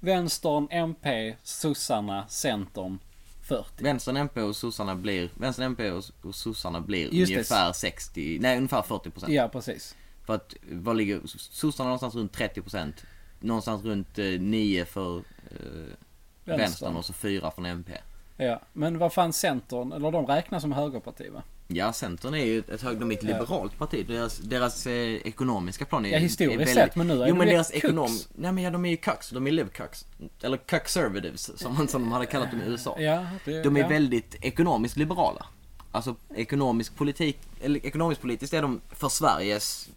Speaker 1: Vänstern, MP, sossarna, centern, 40.
Speaker 2: Vänstern, MP och sossarna blir, Vänstern, MP och, och sossarna blir
Speaker 1: Just det.
Speaker 2: ungefär 60, nej ungefär 40 procent.
Speaker 1: Ja, precis.
Speaker 2: För att, vad ligger, sossarna någonstans runt 30 procent. Någonstans runt eh, 9 för eh, vänstern. och så 4 från MP.
Speaker 1: Ja, men vad fan centern, eller de räknas som högerparti va?
Speaker 2: Ja, Centern är ju ett hög, de är ett liberalt parti. Deras, deras eh, ekonomiska plan är
Speaker 1: Ja, historiskt
Speaker 2: är
Speaker 1: sett, men nu är
Speaker 2: Jo,
Speaker 1: de
Speaker 2: men
Speaker 1: ju
Speaker 2: deras
Speaker 1: cucks.
Speaker 2: ekonom... Nej, men ja, de är ju cucks. De är libcucks. Eller cuckservatives, som, man- som de hade kallat dem i USA.
Speaker 1: Ja, det,
Speaker 2: De är
Speaker 1: ja.
Speaker 2: väldigt ekonomiskt liberala. Alltså, ekonomisk politik... Eller ekonomisk politiskt är de för Sveriges...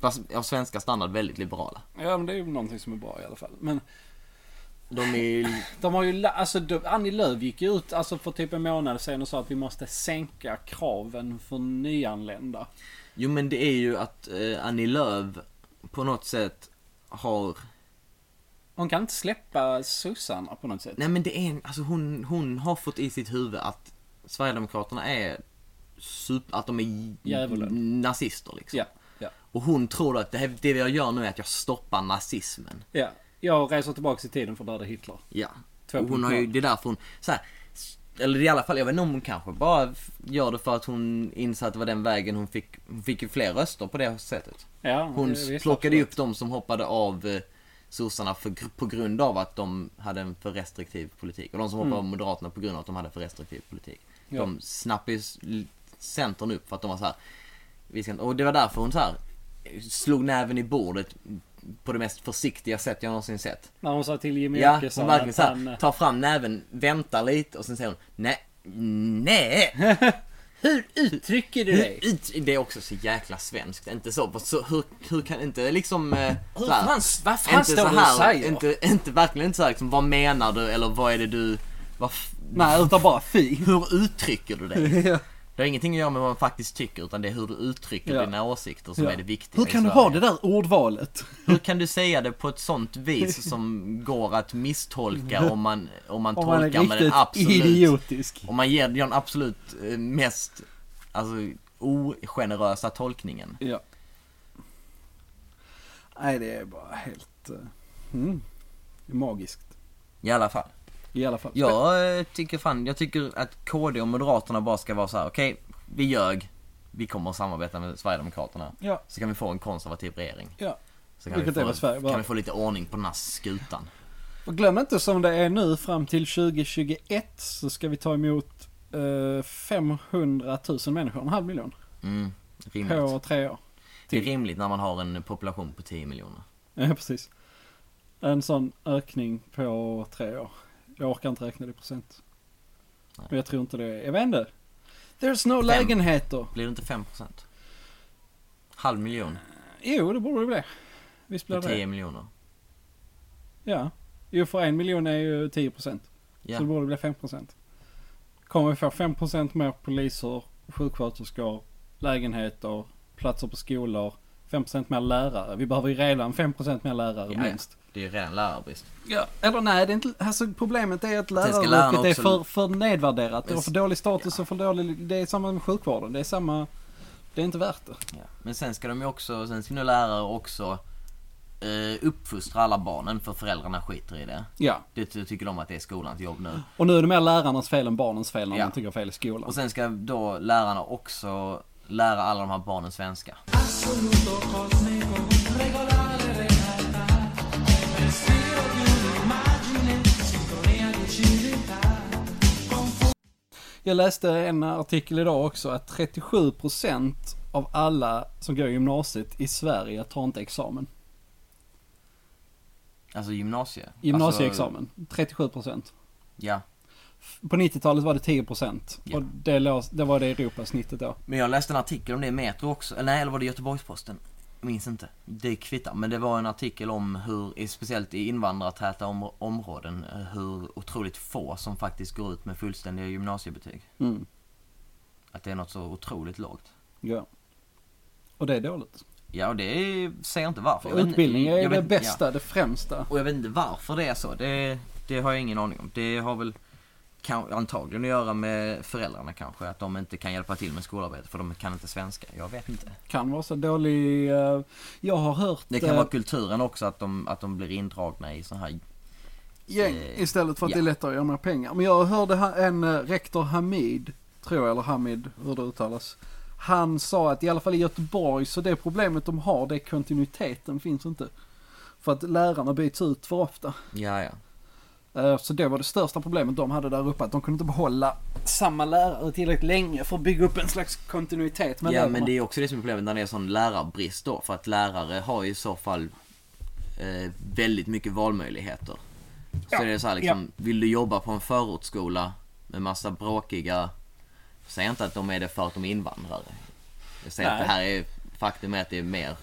Speaker 2: fast Av svenska standard väldigt liberala.
Speaker 1: Ja, men det är ju någonting som är bra i alla fall. Men
Speaker 2: De är ju...
Speaker 1: De har ju, la- alltså de, Annie Lööf gick ju ut alltså för typ en månad sedan och sa att vi måste sänka kraven för nyanlända.
Speaker 2: Jo, men det är ju att eh, Annie Lööf på något sätt har...
Speaker 1: Hon kan inte släppa sossarna på något sätt.
Speaker 2: Nej men det är en, alltså hon, hon har fått i sitt huvud att Sverigedemokraterna är super, att de är
Speaker 1: Djävulen.
Speaker 2: nazister liksom.
Speaker 1: Ja, ja.
Speaker 2: Och hon tror att det, här, det jag gör nu är att jag stoppar nazismen.
Speaker 1: ja. Jag reser tillbaka i tiden för att döda Hitler.
Speaker 2: Ja.
Speaker 1: 2.0.
Speaker 2: Och hon har ju, det är därför hon, så här, s- eller i alla fall, jag vet inte om hon kanske bara f- gör det för att hon inser att det var den vägen hon fick, hon fick ju fler röster på det sättet.
Speaker 3: Ja,
Speaker 2: Hon
Speaker 3: det- visst,
Speaker 2: plockade ju
Speaker 3: absolut.
Speaker 2: upp de som hoppade av eh, sossarna för, på grund av att de hade en för restriktiv politik. Och de som hoppade av moderaterna på grund av att de hade en för restriktiv politik.
Speaker 3: Mm. Ja.
Speaker 2: De snappade ju s- l- centern upp för att de var så här. Vi ska inte, och det var därför hon så här slog näven i bordet på det mest försiktiga sätt jag någonsin sett.
Speaker 3: När hon sa till Jimmy
Speaker 2: Ja,
Speaker 3: Åkesson
Speaker 2: hon verkligen
Speaker 3: att
Speaker 2: så
Speaker 3: han,
Speaker 2: här, tar fram näven, väntar lite och sen säger hon nej,
Speaker 3: (laughs)
Speaker 2: nej.
Speaker 3: Hur uttrycker du dig?
Speaker 2: Hur ut- Det är också så jäkla svenskt, inte så, så hur, hur kan inte liksom... eh,
Speaker 1: Hur
Speaker 2: så här,
Speaker 1: fan, vad fan
Speaker 2: inte
Speaker 1: står
Speaker 2: så
Speaker 1: du och
Speaker 2: här,
Speaker 1: säger?
Speaker 2: inte, inte verkligen inte så här, liksom, vad menar du eller vad är det du, vad, f-
Speaker 3: Nej, utan bara
Speaker 2: (laughs)
Speaker 3: fy.
Speaker 2: hur uttrycker du dig?
Speaker 1: (laughs)
Speaker 3: Ja.
Speaker 2: Det har ingenting att göra med vad man faktiskt tycker utan det är hur du uttrycker
Speaker 3: Ja.
Speaker 2: dina åsikter som
Speaker 3: Ja.
Speaker 2: är det viktiga
Speaker 1: Hur
Speaker 2: i
Speaker 1: kan du
Speaker 2: Sverige.
Speaker 1: ha det där ordvalet?
Speaker 2: Hur kan du säga det på ett
Speaker 1: (laughs)
Speaker 2: sånt vis som går att misstolka
Speaker 1: Mm.
Speaker 2: om man, om man
Speaker 3: Om man är
Speaker 2: tolkar med den
Speaker 3: riktigt
Speaker 2: absolut...
Speaker 3: idiotisk.
Speaker 2: Om man ger den absolut eh, mest, alltså ogenerösa tolkningen.
Speaker 1: Ja. Nej, det är bara helt... eh, Mm, magiskt.
Speaker 2: I alla fall.
Speaker 1: I alla fall.
Speaker 2: Jag eh, tycker fan, jag tycker att KD och Moderaterna bara ska vara så här: okej, vi ljög. Vi kommer att samarbeta med Sverigedemokraterna.
Speaker 1: Ja,
Speaker 2: Så kan vi få en konservativ regering.
Speaker 1: ja.
Speaker 2: Så kan, vi
Speaker 1: Vilket är
Speaker 2: få,
Speaker 1: vad Sverige
Speaker 2: kan
Speaker 1: behöver.
Speaker 2: vi få lite ordning på den här skutan.
Speaker 1: Och glöm inte som det är nu fram till 2021 så ska vi ta emot eh, 500 000 människor, en halv miljon,
Speaker 2: Mm, rimligt.
Speaker 1: på tre år.
Speaker 2: Det är rimligt när man har en population på 10 miljoner.
Speaker 1: Ja, (laughs) precis. En sån ökning på tre år. Jag orkar inte räkna det i procent.
Speaker 2: Nej.
Speaker 1: Men jag tror inte det är, jag vet inte. There's no lägenheter.
Speaker 2: Blir det inte 5%? Halv miljon
Speaker 1: Jo, det borde det bli. Visst blir
Speaker 2: på
Speaker 1: det
Speaker 2: 10
Speaker 1: det?
Speaker 2: miljoner.
Speaker 1: Ja. Jo, för en miljon är ju 10 procent.
Speaker 2: Ja.
Speaker 1: Så det borde bli 5 procent. Kommer vi få 5 procent mer poliser, sjuksköterskor, lägenheter, platser på skolor, 5 procent mer lärare. Vi behöver ju redan 5 procent mer lärare
Speaker 2: Ja,
Speaker 1: minst.
Speaker 2: Det är ju redan lärarbrist.
Speaker 1: Ja, eller nej, det är inte, alltså problemet är att
Speaker 2: ska lärarna
Speaker 1: läraryrket är
Speaker 2: också-
Speaker 1: för, för nedvärderat. Det har
Speaker 2: Men-
Speaker 1: för dålig status och för dålig, det är samma med sjukvården. Det är samma, det är inte värt det.
Speaker 2: Ja. Men sen ska de ju också, sen ska nu lärare också eh, uppfostra alla barnen för föräldrarna skiter i det.
Speaker 1: Ja,
Speaker 2: Det ty- tycker de att det är skolans jobb nu.
Speaker 1: och nu är det mer lärarnas fel än barnens fel när
Speaker 2: Ja.
Speaker 1: man tycker fel i skolan.
Speaker 2: Och sen ska då lärarna också lära alla de här barnen svenska.
Speaker 1: Jag läste en artikel idag också att 37% av alla som går i gymnasiet i Sverige tar inte examen.
Speaker 2: Alltså gymnasie. Alltså,
Speaker 1: Gymnasieexamen, 37%.
Speaker 2: ja.
Speaker 1: På 90-talet var det 10%
Speaker 2: Ja.
Speaker 1: och det, låg, det var det Europasnittet då.
Speaker 2: Men jag läste en artikel om det i Metro också, eller nej, eller var det Göteborgsposten? Jag minns inte. Det kvittar. Men det var en artikel om hur, i- speciellt i invandrartäta om, områden, eh, hur otroligt få som faktiskt går ut med fullständiga gymnasiebetyg.
Speaker 1: Mm.
Speaker 2: Att det är något så otroligt lågt.
Speaker 1: Ja. Och det är dåligt.
Speaker 2: Ja, och det säger jag inte varför. Jag vet inte-
Speaker 1: Utbildning är
Speaker 2: jag
Speaker 1: det
Speaker 2: vet-
Speaker 1: bästa, det främsta.
Speaker 2: Ja. Och jag vet inte varför det är så. Det, det har jag ingen aning om. Det har väl kan, antagligen att göra med föräldrarna kanske. Att de inte kan hjälpa till med skolarbetet för de kan inte svenska. Jag vet inte.
Speaker 1: Kan vara så dålig... eh, jag har hört
Speaker 2: Det kan
Speaker 1: eh,
Speaker 2: vara kulturen också att de, att de blir indragna i sån här...
Speaker 1: gäng
Speaker 2: eh,
Speaker 1: istället för att
Speaker 2: ja.
Speaker 1: det är lättare att göra mer pengar. Men jag hörde ha- en eh, rektor Hamid, tror jag, eller Hamid, hur det uttalas. Han sa att i alla fall i Göteborg så det problemet de har, det är kontinuiteten finns inte. För att lärarna byts ut för ofta.
Speaker 2: Ja, ja.
Speaker 1: Eh, Så det var det största problemet de hade där uppe, att de kunde inte behålla samma lärare tillräckligt länge för att bygga upp en slags kontinuitet med
Speaker 2: ja,
Speaker 1: eleverna.
Speaker 2: men det är också det som är problemet när det är sån lärarbrist då. För att lärare har ju i så fall eh, väldigt mycket valmöjligheter. Så
Speaker 1: Ja,
Speaker 2: det är så här liksom, vill du jobba på en förortsskola med massa bråkiga... Säg inte att de är det för att de är invandrare. Jag säger att
Speaker 3: Nej.
Speaker 2: det här är, faktum är att det är mer...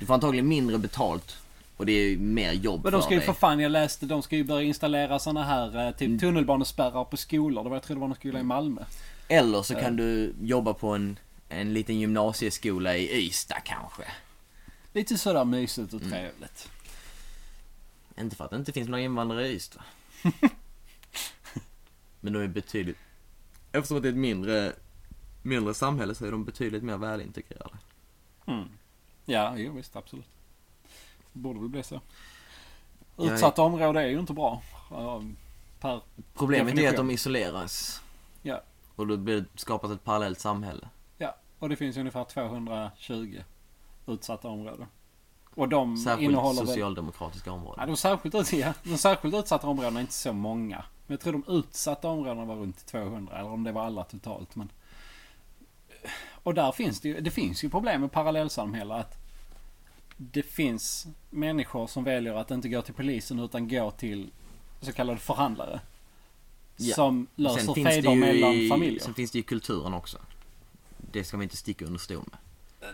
Speaker 2: Du får antagligen mindre betalt och det är mer jobb
Speaker 3: Men de
Speaker 2: för
Speaker 3: ska ju
Speaker 2: dig.
Speaker 3: för fan, jag läste, de ska ju börja installera såna här eh,
Speaker 2: Mm.
Speaker 3: typ tunnelbanespärrar på skolor. Det var, jag tror det var någon skola i Malmö.
Speaker 2: Eller så kan du jobba på en, en liten gymnasieskola i Ystad kanske.
Speaker 3: Lite sådär mysigt och trevligt.
Speaker 2: Inte för att det inte finns några invandrare i (laughs) Ystad. Men de är betydligt... Eftersom att det är ett mindre, mindre samhälle så är de betydligt mer välintegrerade.
Speaker 3: Mm. Ja, jo visst, absolut. Det borde väl bli så.
Speaker 2: Jag är-
Speaker 3: Utsatta områden är ju inte bra. eh,
Speaker 1: Per.
Speaker 2: Problemet är att
Speaker 1: Definition.
Speaker 2: de isoleras.
Speaker 1: Ja.
Speaker 2: Och då blir det skapat ett parallellt samhälle.
Speaker 1: Ja, och det finns ungefär 220 utsatta områden. Och de
Speaker 2: Särskilt
Speaker 1: Mm, innehåller väl-
Speaker 2: socialdemokratiska
Speaker 1: Ja,
Speaker 2: områden.
Speaker 1: de särskilt, ut, (laughs) ja, de särskilt utsatta områdena är inte så många. Men jag tror de utsatta områdena var runt 200, eller om det var alla totalt. Men... Och där finns det ju, det finns ju problem med parallellsamhälle. Att det finns människor som väljer att inte gå till polisen utan gå till så kallade förhandlare.
Speaker 2: Ja.
Speaker 1: Som löser
Speaker 2: Sen finns, det
Speaker 1: fejder
Speaker 2: ju
Speaker 1: mellan
Speaker 2: i,
Speaker 1: familjer.
Speaker 2: sen finns det ju i kulturen också. Det ska vi inte sticka under stol med.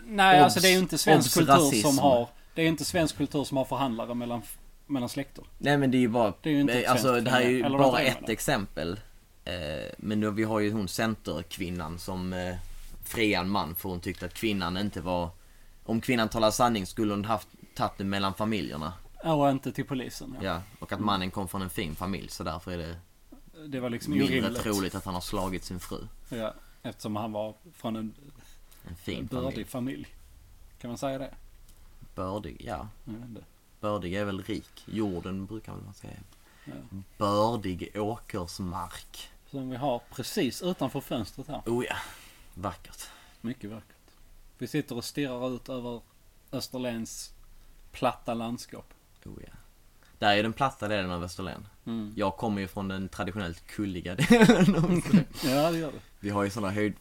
Speaker 1: Nej,
Speaker 2: Obs-
Speaker 1: alltså det är ju inte svensk
Speaker 2: obs
Speaker 1: kultur
Speaker 2: rasism.
Speaker 1: som har... Det är ju inte svensk kultur som har förhandlare mellan, mellan släkter.
Speaker 2: Nej men det är ju bara,
Speaker 1: Det är ju inte ett
Speaker 2: alltså
Speaker 1: svenskt
Speaker 2: det här är ju
Speaker 1: fenomen. Eller vad
Speaker 2: bara
Speaker 1: säger
Speaker 2: ett
Speaker 1: man då?
Speaker 2: exempel. Eh, Men nu, vi har ju hon centerkvinnan som eh, friade en man för hon tyckte att kvinnan inte var, om kvinnan talar sanning skulle hon haft tagit det mellan familjerna.
Speaker 1: Och inte till polisen. Ja.
Speaker 2: Ja, och att mannen kom från en fin familj så därför är det
Speaker 1: Det var liksom
Speaker 2: mindre
Speaker 1: orimligt.
Speaker 2: troligt att han har slagit sin fru.
Speaker 1: Ja, eftersom han var från en
Speaker 2: En fin familj.
Speaker 1: bördig familj. Kan man säga det?
Speaker 2: Bördig, ja.
Speaker 1: Jag vet inte.
Speaker 2: Bördig är väl rik. Jorden brukar man säga.
Speaker 1: Ja.
Speaker 2: Mm. Bördig åkersmark.
Speaker 1: Som vi har precis utanför fönstret här.
Speaker 2: Oh ja, vackert.
Speaker 1: Mycket vackert. Vi sitter och stirrar ut över Österlens platta landskap.
Speaker 2: Oh ja. Där är den platta delen av Österlen.
Speaker 1: Mm.
Speaker 2: Jag kommer ju från den traditionellt kulliga (laughs) delen. av Österlen.
Speaker 1: Ja, det gör det.
Speaker 2: Vi har ju sådana höjd,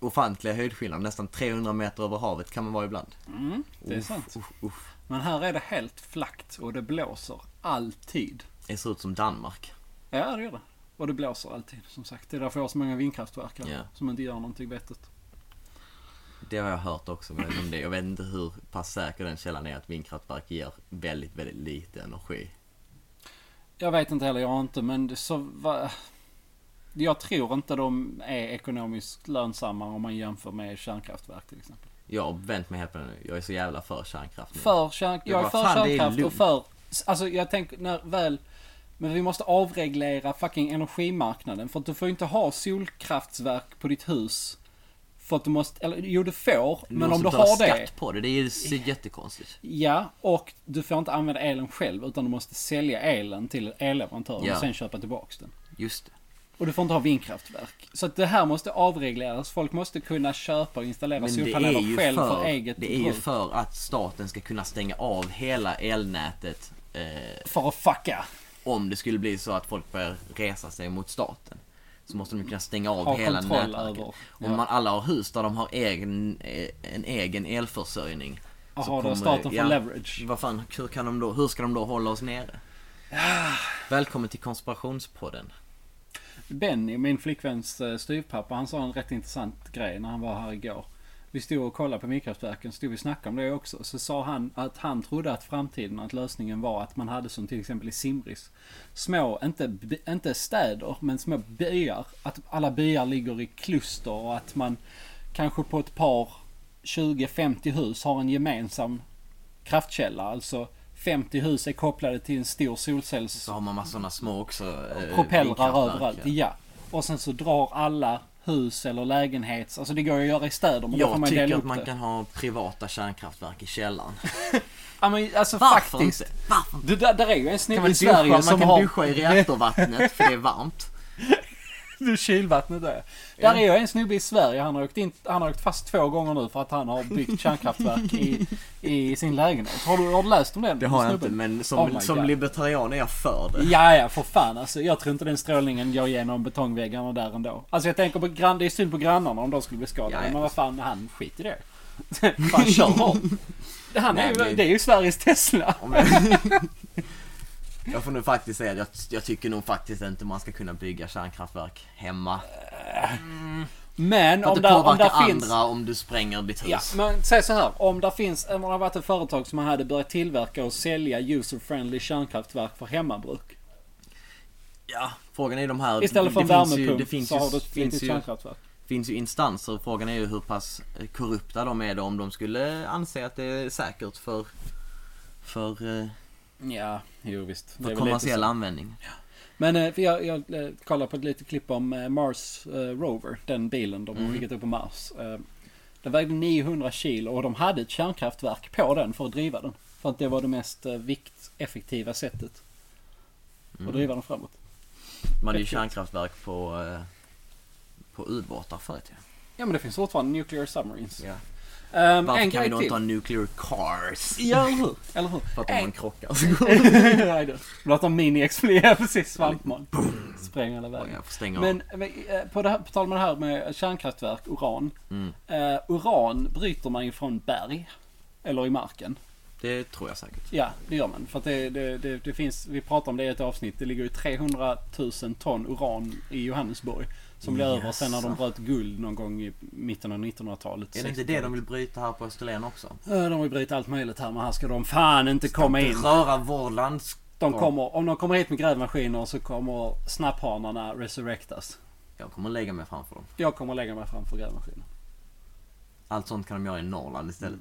Speaker 2: ofantliga höjdskillnader. Nästan 300 meter över havet kan man vara ibland.
Speaker 1: Mm, det är
Speaker 2: Uff,
Speaker 1: sant.
Speaker 2: Uff, uff.
Speaker 1: Men här är det helt flackt och det blåser alltid.
Speaker 2: Det ser ut som Danmark.
Speaker 1: Ja, det gör det. Och det blåser alltid, som sagt. Det är därför jag har så många vindkraftverk här,
Speaker 2: Ja.
Speaker 1: som inte gör någonting vettigt.
Speaker 2: Det har jag hört också. Men jag vet inte om det. jag vet inte hur pass säker den källan är att vindkraftverk ger väldigt, väldigt lite energi.
Speaker 1: Jag vet inte heller, jag har inte, men det så... Va, jag tror inte de är ekonomiskt lönsamma om man jämför med kärnkraftverk till exempel.
Speaker 2: Jag har vänt mig helt på det nu. Jag är så jävla för kärnkraft nu.
Speaker 1: För kärn, jag är
Speaker 2: bara,
Speaker 1: för
Speaker 2: fan, det är
Speaker 1: kärnkraft och
Speaker 2: lugnt.
Speaker 1: för... Alltså jag tänker när väl... Men vi måste avreglera fucking energimarknaden för att du får inte ha solkraftsverk på ditt hus. För att du måste, eller jo du får,
Speaker 2: Du
Speaker 1: men
Speaker 2: måste
Speaker 1: om du
Speaker 2: betala
Speaker 1: har det.
Speaker 2: skatt på det. Det är ju så jättekonstigt.
Speaker 1: Ja, och du får inte använda elen själv utan du måste sälja elen till elleverantören
Speaker 2: Ja.
Speaker 1: och sen köpa tillbaks den.
Speaker 2: Just det.
Speaker 1: Och du får inte ha vindkraftverk. Så att det här måste avregleras. Folk måste kunna köpa och installera
Speaker 2: Men det är
Speaker 1: solpaneler
Speaker 2: ju
Speaker 1: själv för,
Speaker 2: för,
Speaker 1: eget
Speaker 2: det är ju
Speaker 1: bruk.
Speaker 2: för att staten ska kunna stänga av hela elnätet eh,
Speaker 1: För att fucka.
Speaker 2: om det skulle bli så att folk börjar resa sig mot staten. Så måste de ju kunna stänga av
Speaker 1: Ha
Speaker 2: hela
Speaker 1: kontroll
Speaker 2: nätverket.
Speaker 1: över, ja.
Speaker 2: Om man alla har hus där de har egen, eh, en egen elförsörjning. så
Speaker 1: Jaha, då
Speaker 2: kommer-
Speaker 1: staten får leverage.
Speaker 2: Vad fan, hur, kan de då, hur ska de då hålla oss nere?
Speaker 1: Ah.
Speaker 2: Välkommen till konspirationspodden.
Speaker 1: Benny, min flickväns eh, styvpappa, han sa en rätt intressant grej när han var här igår. Vi stod och kollade på vindkraftverken, stod vi och snackade om det också. Så sa han att han trodde att framtiden, att lösningen var att man hade som till exempel i Simris. Små, inte, by- inte städer, men små byar. Att alla byar ligger i kluster och att man kanske på ett par 20-50 hus har en gemensam kraftkälla. Alltså 50 hus är kopplade till en stor solcells
Speaker 2: Så har man massa sådana små också. eh,
Speaker 1: propellrar
Speaker 2: vindkraftverk,
Speaker 1: överallt.
Speaker 2: ja.
Speaker 1: Ja. Och sen så drar alla hus eller lägenhets... Alltså det går ju att göra i städer men då får
Speaker 2: Jag
Speaker 1: man ju
Speaker 2: tycker
Speaker 1: dela
Speaker 2: att
Speaker 1: upp
Speaker 2: man
Speaker 1: det.
Speaker 2: kan ha privata kärnkraftverk
Speaker 1: (laughs)
Speaker 2: i källaren.
Speaker 1: Ja men alltså
Speaker 2: Varför
Speaker 1: faktiskt.
Speaker 2: inte? Varför?
Speaker 1: Det där, där är ju en
Speaker 2: Kan
Speaker 1: snubbe
Speaker 2: man,
Speaker 1: i Sverige
Speaker 2: duscha, man
Speaker 1: som
Speaker 2: kan
Speaker 1: har... (laughs)
Speaker 2: duscha i reaktorvattnet för det är varmt.
Speaker 1: Du kylvattnet där. Där är ju en snubbe i Sverige. Han har, åkt in, han har åkt fast två gånger nu för att han har
Speaker 2: (laughs)
Speaker 1: byggt kärnkraftverk i, i sin lägenhet. Har du, har du läst om den?
Speaker 2: Det har jag inte
Speaker 1: snubben?
Speaker 2: men som,
Speaker 1: Oh my
Speaker 2: som
Speaker 1: God.
Speaker 2: libertarian är jag för det.
Speaker 1: Ja, ja, för fan alltså. Jag tror inte den strålningen går igenom betongväggarna där ändå. Alltså jag tänker på grann... Det är synd på grannarna om de skulle bli skadade.
Speaker 2: Ja, ja.
Speaker 1: Men vad fan, han skit i det. (laughs) fan, kör hårt. Han är,
Speaker 2: Nej,
Speaker 1: ju,
Speaker 2: men-
Speaker 1: det är ju Sveriges Tesla.
Speaker 2: Om jag- (laughs) Jag får nu faktiskt säga att jag, jag tycker nog faktiskt inte man ska kunna bygga kärnkraftverk hemma.
Speaker 1: Men
Speaker 2: För att
Speaker 1: om
Speaker 2: det
Speaker 1: där, om
Speaker 2: påverkar
Speaker 1: där
Speaker 2: andra
Speaker 1: finns...
Speaker 2: om du spränger ditt hus.
Speaker 1: Ja, men säg så här. Om där finns, om det har varit ett företag som hade börjat tillverka och sälja user-friendly kärnkraftverk för hemmabruk.
Speaker 2: Ja, frågan är ju de här...
Speaker 1: Istället för en
Speaker 2: det finns ju-
Speaker 1: värmepump
Speaker 2: Det finns
Speaker 1: så
Speaker 2: ju,
Speaker 1: har du ett
Speaker 2: finns
Speaker 1: litet
Speaker 2: ju,
Speaker 1: kärnkraftverk.
Speaker 2: finns ju instanser och frågan är ju hur pass eh, korrupta de är då om de skulle anse att det är säkert för, för, eh,
Speaker 1: Ja, jo visst. Det är väl
Speaker 2: för
Speaker 1: lite så.
Speaker 2: kommersiell användning.
Speaker 1: Men eh, för jag, jag eh, kollade på ett litet klipp om eh, Mars eh, Rover, den bilen de
Speaker 2: Mm.
Speaker 1: har skickat upp på Mars. Eh, Den vägde 900 kilo och de hade ett kärnkraftverk på den för att driva den. För
Speaker 2: Mm.
Speaker 1: att det var det mest eh, vikteffektiva sättet att driva den framåt.
Speaker 2: Man hade ju
Speaker 1: Rätt kul.
Speaker 2: kärnkraftverk på, eh, på ubåtar förut ju.
Speaker 1: Ja men det finns fortfarande nuclear submarines.
Speaker 2: Ja.
Speaker 1: Ehm,
Speaker 2: Varför
Speaker 1: en
Speaker 2: kan vi
Speaker 1: grej
Speaker 2: då inte ha
Speaker 1: till.
Speaker 2: nuclear (laughs) cars?
Speaker 1: Ja, eller hur? Eller hur?
Speaker 2: För att om
Speaker 1: En-
Speaker 2: man krockar (laughs) så går
Speaker 1: (laughs) Nej, det- Låter mini-explodera precis svampmål. Spränger hela vägen.
Speaker 2: det. Jag får stänga av.
Speaker 1: Men eh, på, det här, på tal om det här med kärnkraftverk, uran.
Speaker 2: Mm.
Speaker 1: Eh, uran bryter man ju från berg. Eller i marken.
Speaker 2: Det tror jag säkert.
Speaker 1: Ja, det gör man. För att det, det, det, det finns, vi pratade om det i ett avsnitt. Det ligger ju 300 000 ton uran i Johannesburg. Som blev över sen när de
Speaker 2: Jaså.
Speaker 1: bröt guld någon gång i mitten av 1900-talet.
Speaker 2: Är det inte det de vill bryta här på Österlen också?
Speaker 1: Eh, De har ju brytit allt möjligt här men här ska de fan inte komma in.
Speaker 2: Röra vår lands...
Speaker 1: De kommer, om de kommer hit med grävmaskiner så kommer snapphanarna resurrectas.
Speaker 2: Jag kommer lägga mig framför dem.
Speaker 1: Jag kommer lägga mig framför grävmaskinen.
Speaker 2: Allt sånt kan de göra i Norrland istället.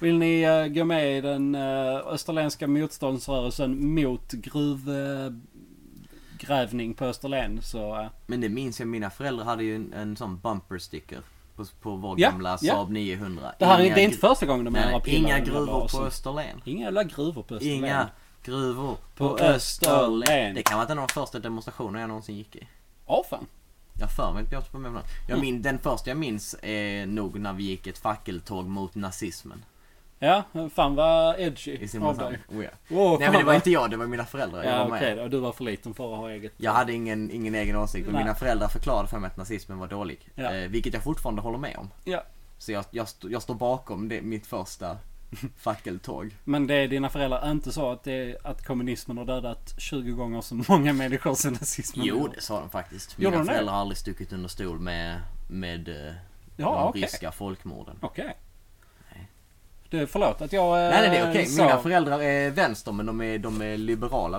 Speaker 1: Vill ni eh, gå med i den eh, österländska motståndsrörelsen mot gruvgrävning på Österlen så... eh,
Speaker 2: (laughs) Men det minns jag, mina föräldrar hade ju en, en sån bumper sticker på, på vår
Speaker 1: Ja,
Speaker 2: gamla
Speaker 1: ja.
Speaker 2: Saab 900.
Speaker 1: det här är,
Speaker 2: Inga
Speaker 1: det är inte
Speaker 2: gru-
Speaker 1: första gången de ändrar
Speaker 2: Nej,
Speaker 1: pillar i
Speaker 2: inga
Speaker 1: den jävla
Speaker 2: gruvor på
Speaker 1: rasen.
Speaker 2: Österlen.
Speaker 1: Inga jävla gruvor på Österlen.
Speaker 2: Inga gruvor
Speaker 1: På
Speaker 2: på,
Speaker 1: Österlen.
Speaker 2: Österlen. Det kan vara en av de första demonstrationerna jag någonsin gick i.
Speaker 1: Ja, fan.
Speaker 2: Jag har för mig att jag var med på någon. Jag
Speaker 1: Mm.
Speaker 2: min, den första jag minns är nog när vi gick ett fackeltåg mot nazismen.
Speaker 1: Ja, fan vad
Speaker 2: I
Speaker 1: edgy av
Speaker 2: Simrishamn.
Speaker 1: dig.
Speaker 2: Oh, ja.
Speaker 1: Wow,
Speaker 2: Nej men det var inte jag, det var mina föräldrar. Jag
Speaker 1: Ja,
Speaker 2: var med.
Speaker 1: okej då. Du var för liten för att ha eget.
Speaker 2: Jag hade ingen, ingen egen åsikt men
Speaker 1: Nej.
Speaker 2: mina föräldrar förklarade för mig att nazismen var dålig.
Speaker 1: Ja.
Speaker 2: Eh, vilket jag fortfarande håller med om.
Speaker 1: Ja.
Speaker 2: Så jag, jag, st- jag står bakom det, mitt första (laughs) fackeltåg.
Speaker 1: Men det dina föräldrar inte sa att, det, att kommunismen har dödat 20 gånger så många människor som nazismen
Speaker 2: Jo,
Speaker 1: gjorde.
Speaker 2: det sa de faktiskt.
Speaker 1: Gjorde
Speaker 2: Mina
Speaker 1: de det?
Speaker 2: föräldrar har aldrig stuckit under stol med, med eh,
Speaker 1: Ja,
Speaker 2: de
Speaker 1: okej.
Speaker 2: ryska folkmorden.
Speaker 1: Okej.
Speaker 2: Nej.
Speaker 1: Du, förlåt att jag... eh,
Speaker 2: Nej, nej, det är okej.
Speaker 1: sa-
Speaker 2: Mina föräldrar är vänster, men de är, de är liberala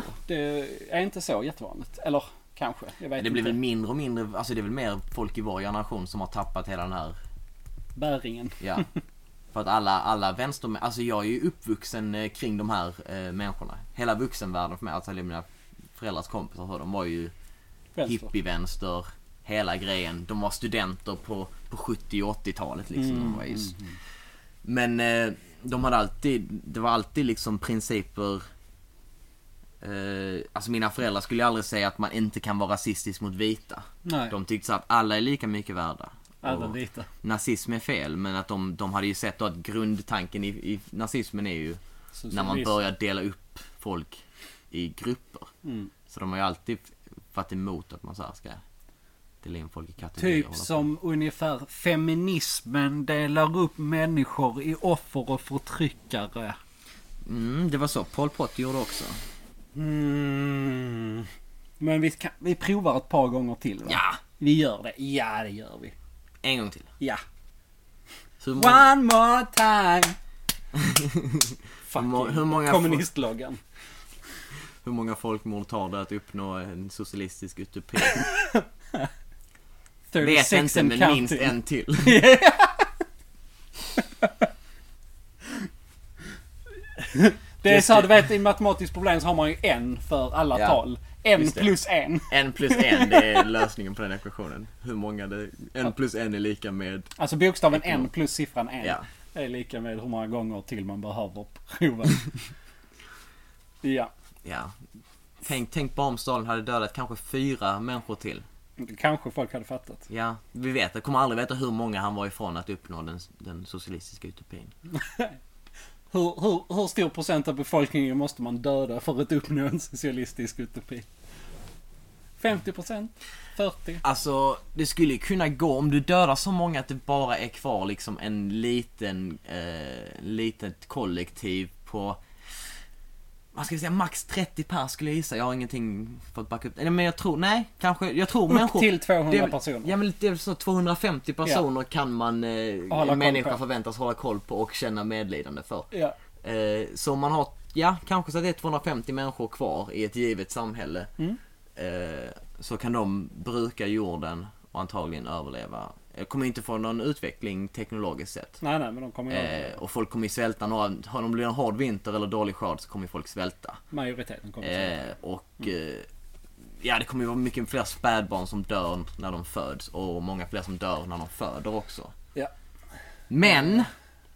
Speaker 1: Ja, det är inte så jättevanligt. Eller kanske, jag vet
Speaker 2: Det blir
Speaker 1: inte.
Speaker 2: väl mindre och mindre, alltså det är väl mer folk i vår generation som har tappat hela den här,
Speaker 1: Bäringen. (laughs)
Speaker 2: ja. För att alla, alla vänster, alltså jag är ju uppvuxen eh, kring de här eh, människorna. Hela vuxenvärlden för mig, alltså alla mina föräldrars kompisar så, de var ju
Speaker 1: Vänster.
Speaker 2: hippievänster, hela grejen. De var studenter på, på 70 och 80-talet liksom.
Speaker 1: Mm,
Speaker 2: de var ju... Men eh, de hade alltid, det var alltid liksom principer. Eh, alltså mina föräldrar skulle ju aldrig säga att man inte kan vara rasistisk mot vita.
Speaker 1: Nej,
Speaker 2: De tyckte så att alla är lika mycket värda.
Speaker 1: även
Speaker 2: Och
Speaker 1: vita.
Speaker 2: nazism är fel, men att de, de hade ju sett då att grundtanken i, i nazismen är ju när man
Speaker 1: Socialism.
Speaker 2: börjar dela upp folk i grupper.
Speaker 1: Mm.
Speaker 2: Så de har ju alltid varit emot att man så här ska dela in folk i kategorier. och
Speaker 1: Typ
Speaker 2: hålla på.
Speaker 1: som ungefär feminismen delar upp människor i offer och förtryckare.
Speaker 2: Mm, det var så Pol Pot gjorde också.
Speaker 1: Mm. Men vi, kan, vi provar ett par gånger till va?
Speaker 2: Ja,
Speaker 1: Vi gör det. Ja, det gör vi.
Speaker 2: en gång till.
Speaker 1: Ja.
Speaker 2: Så Hur många,
Speaker 1: One more (laughs) time!
Speaker 2: Hur må-
Speaker 1: Fucking
Speaker 2: hur många-
Speaker 1: kommunistloggan.
Speaker 2: hur många folkmord tar det att uppnå en
Speaker 1: (laughs)
Speaker 2: socialistisk utopi? Vet
Speaker 1: 36
Speaker 2: inte,
Speaker 1: and
Speaker 2: men
Speaker 1: counting.
Speaker 2: minst
Speaker 1: (laughs)
Speaker 2: en till.
Speaker 1: Det är
Speaker 2: Just
Speaker 1: så här,
Speaker 2: det.
Speaker 1: du vet i matematiskt problem så har man ju en för alla
Speaker 2: Ja,
Speaker 1: tal. En
Speaker 2: just det.
Speaker 1: plus en.
Speaker 2: En plus en, det är lösningen på den ekvationen. Hur många det... En plus en är lika med...
Speaker 1: Alltså bokstaven en plus siffran en.
Speaker 2: Ja.
Speaker 1: Är lika med hur många gånger till man behöver
Speaker 2: (laughs)
Speaker 1: prova. ja.
Speaker 2: Ja. Tänk, tänk bara om Stalin hade dödat kanske fyra människor till.
Speaker 1: Kanske folk hade fattat.
Speaker 2: Ja, vi vet. Jag kommer aldrig veta hur många han var ifrån att uppnå den, den socialistiska utopin.
Speaker 1: Hur, hur, hur stor procent av befolkningen måste man döda för att uppnå en socialistisk utopi? 50 procent? 40?
Speaker 2: Alltså, det skulle ju kunna gå om du dödar så många att det bara är kvar liksom en liten, eh, litet kollektiv på vad ska vi säga, max 30 per skulle jag gissa. Jag har ingenting för att backa upp. Eller men jag tror, nej, kanske, jag tror
Speaker 1: Upp
Speaker 2: människor.
Speaker 1: till 200
Speaker 2: det är väl-
Speaker 1: personer.
Speaker 2: Ja men det är väl så 250 personer kan man, eh,
Speaker 1: hålla koll
Speaker 2: en människa
Speaker 1: på.
Speaker 2: förväntas hålla koll på och känna medlidande för.
Speaker 1: Ja.
Speaker 2: Eh, så om man har, ja, kanske så att det är 250 människor kvar i ett givet samhälle. Eh, så kan de bruka jorden och antagligen överleva. Jag kommer inte få någon utveckling teknologiskt sett.
Speaker 1: Nej, nej, men de kommer göra det.
Speaker 2: Eh, och folk kommer ju svälta. Några, har de blivit en hård vinter eller dålig skörd så kommer ju folk svälta.
Speaker 1: Majoriteten kommer säga
Speaker 2: Eh, och eh, ja, det kommer ju vara mycket fler spädbarn som dör när de föds och många fler som dör när de föder också.
Speaker 1: Ja.
Speaker 2: Men!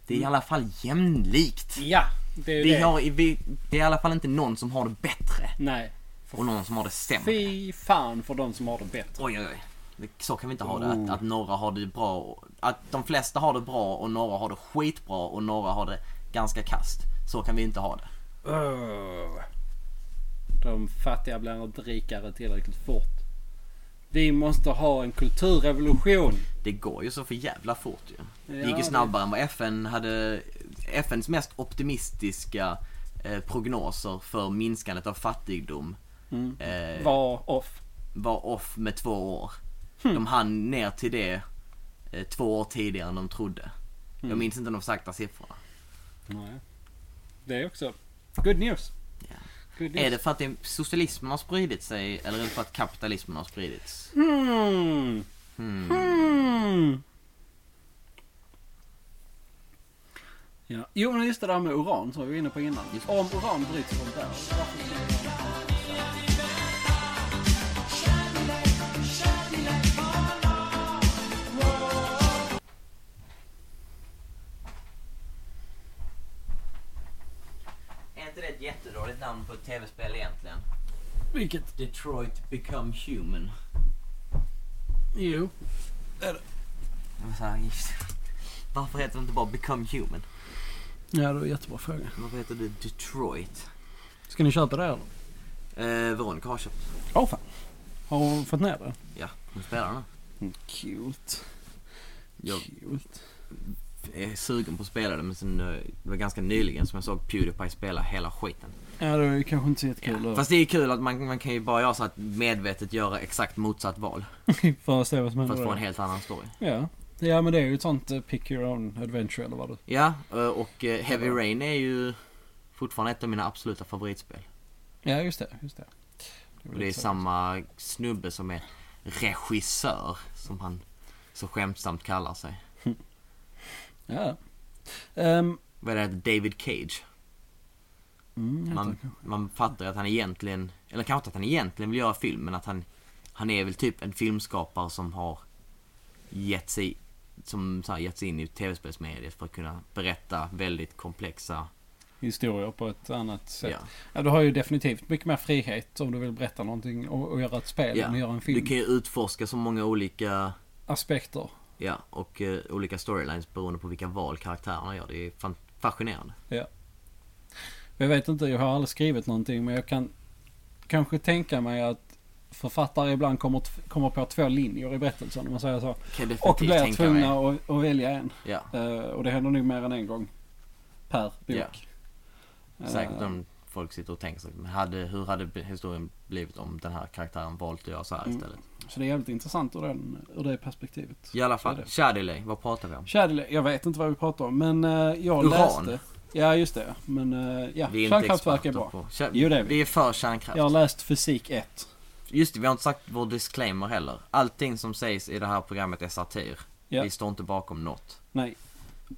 Speaker 2: Det är i alla fall jämlikt.
Speaker 1: Ja, det är ju
Speaker 2: Vi
Speaker 1: det.
Speaker 2: har, vi, det är i alla fall inte någon som har det bättre.
Speaker 1: Nej.
Speaker 2: Och någon som har det sämre.
Speaker 4: Fy fan för de som har det bättre.
Speaker 2: Oj, oj, oj. Det- Så kan vi inte ha det. Att, att några har det bra. och- Att de flesta har det bra och några har det skitbra och några har det ganska kast. Så kan vi inte ha det.
Speaker 4: Öh. De fattiga blir inte rikare tillräckligt fort. Vi måste ha en kulturrevolution.
Speaker 2: Det går ju så för jävla fort ju. Det
Speaker 4: Ja,
Speaker 2: gick ju
Speaker 4: det-
Speaker 2: snabbare än vad FN hade. FNs mest optimistiska eh, prognoser för minskandet av fattigdom
Speaker 4: Mm.
Speaker 2: eh,
Speaker 4: Var off.
Speaker 2: var off med två år. De hann ner till det eh, två år tidigare än de trodde. Jag minns inte de exakta siffrorna.
Speaker 4: Nej. Det är också good news.
Speaker 2: Ja.
Speaker 4: Good news.
Speaker 2: Är det för att det- socialismen har spridit sig eller är det för att kapitalismen har spridits?
Speaker 4: Hmm. Hmm.
Speaker 1: Ja. Jo, men just det där med uran som vi var inne på innan.
Speaker 2: Just det.
Speaker 1: Om uran bryts från berg, varför skulle man-
Speaker 2: Är inte det ett jättedåligt namn på ett tv-spel egentligen?
Speaker 1: Vilket?
Speaker 2: Detroit Become Human.
Speaker 1: Jo.
Speaker 2: Jag var så här, just, varför heter det inte bara Become Human?
Speaker 1: Ja, det var en jättebra fråga.
Speaker 2: Varför heter det Detroit?
Speaker 1: Ska ni köpa det eller?
Speaker 2: Eh, Veronica har köpt.
Speaker 1: Åh fan. Har hon fått ner det?
Speaker 2: Ja, hon spelar den.
Speaker 1: Mm. Coolt.
Speaker 2: Jag
Speaker 1: Coolt.
Speaker 2: är sugen på att spela det men sen, eh, det var ganska nyligen som jag såg Pewdiepie spela hela skiten.
Speaker 1: Ja, det var ju kanske inte så jättekul.
Speaker 2: Ja.
Speaker 1: Ja. (laughs)
Speaker 2: Fast det är kul att man, man kan ju bara göra så att medvetet göra exakt motsatt val.
Speaker 1: för att se vad som
Speaker 2: För
Speaker 1: händer.
Speaker 2: att få
Speaker 1: då.
Speaker 2: en helt annan story.
Speaker 1: Ja. Ja, men det är ju ett sånt eh, pick your own adventure eller vad det
Speaker 2: Ja, eh, och eh, Heavy Rain är ju fortfarande ett av mina absoluta favoritspel.
Speaker 1: Ja, just det. Just det. var
Speaker 2: Och det är
Speaker 1: lite så.
Speaker 2: samma snubbe som är regissör, som han så skämtsamt kallar sig.
Speaker 1: Ja. Um,
Speaker 2: Vad är det? David Cage.
Speaker 1: mm, jag
Speaker 2: Man,
Speaker 1: vet inte.
Speaker 2: man fattar ju att han egentligen, eller kanske inte att han egentligen vill göra film, men att han, han är väl typ en filmskapare som har gett sig, som så här, gett sig in i tv-spelsmediet för att kunna berätta väldigt komplexa...
Speaker 1: historier på ett annat sätt.
Speaker 2: Ja.
Speaker 1: Ja, du har ju definitivt mycket mer frihet om du vill berätta någonting och, och göra ett spel
Speaker 2: Ja.
Speaker 1: än att göra en
Speaker 2: Du
Speaker 1: film.
Speaker 2: kan ju utforska så många olika
Speaker 1: Aspekter.
Speaker 2: Ja, och eh, olika storylines beroende på vilka val karaktärerna gör. Det är fan fascinerande.
Speaker 1: Jag vet inte, jag har aldrig skrivit någonting men jag kan kanske tänka mig att författare ibland kommer, t- kommer på två linjer i berättelsen om man säger så.
Speaker 2: Kan jag
Speaker 1: Och
Speaker 2: definitivt
Speaker 1: blir
Speaker 2: tänka
Speaker 1: tvungna
Speaker 2: mig.
Speaker 1: att, att välja en.
Speaker 2: Ja,
Speaker 1: Eh, och det händer nog mer än en gång per bok.
Speaker 2: Ja.
Speaker 1: Eh,
Speaker 2: säkert om folk sitter och tänker så. Men hade, hur hade historien blivit om den här karaktären valt att göra så här
Speaker 1: Mm.
Speaker 2: istället?
Speaker 1: Så det är jävligt intressant ur, den, ur det perspektivet.
Speaker 2: I
Speaker 1: Det
Speaker 2: alla
Speaker 1: är
Speaker 2: fall,
Speaker 1: det.
Speaker 2: Shadiley, vad pratar vi om?
Speaker 1: Kärle, jag vet inte vad vi pratar om men eh, jag
Speaker 2: Uran.
Speaker 1: läste. Ja just det. Men eh, ja,
Speaker 2: Vi är inte
Speaker 1: kärnkraftverk är
Speaker 2: experter
Speaker 1: bra.
Speaker 2: på... Kär...
Speaker 1: Jo, det är vi.
Speaker 2: Vi är för kärnkraft.
Speaker 1: Jag har läst fysik 1.
Speaker 2: Just det, vi har inte sagt vår disclaimer heller. Allting som sägs i det här programmet är satir.
Speaker 1: Ja.
Speaker 2: Vi står inte bakom något.
Speaker 1: Nej,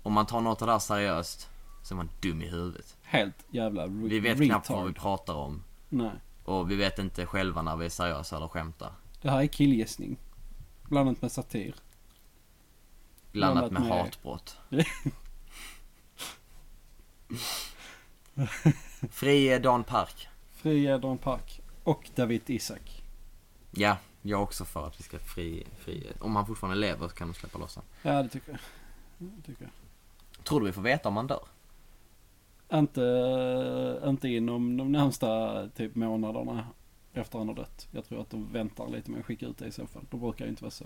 Speaker 2: Om man tar något av det här seriöst, så är man dum i huvudet.
Speaker 1: helt jävla re-
Speaker 2: Vi vet
Speaker 1: retard.
Speaker 2: knappt vad vi pratar om.
Speaker 1: Nej,
Speaker 2: Och vi vet inte själva när vi är seriösa eller skämtar.
Speaker 1: det här är killgissning. Bland annat med satir.
Speaker 2: Blandat med
Speaker 1: Blandat med- (laughs)
Speaker 2: hatbrott. Frie eh, Dan Park.
Speaker 1: Fri Edron Park och David Isak.
Speaker 2: Ja, jag är också för att vi ska fri... fri. Om han fortfarande lever så kan de släppa loss honom.
Speaker 1: Ja, det tycker jag. Det tycker jag.
Speaker 2: Tror du vi får veta om han dör?
Speaker 1: Inte, eh, inte inom de närmsta typ månaderna efter han har dött. Jag tror att de väntar lite med att skicka ut det i så fall. De brukar ju inte vara så.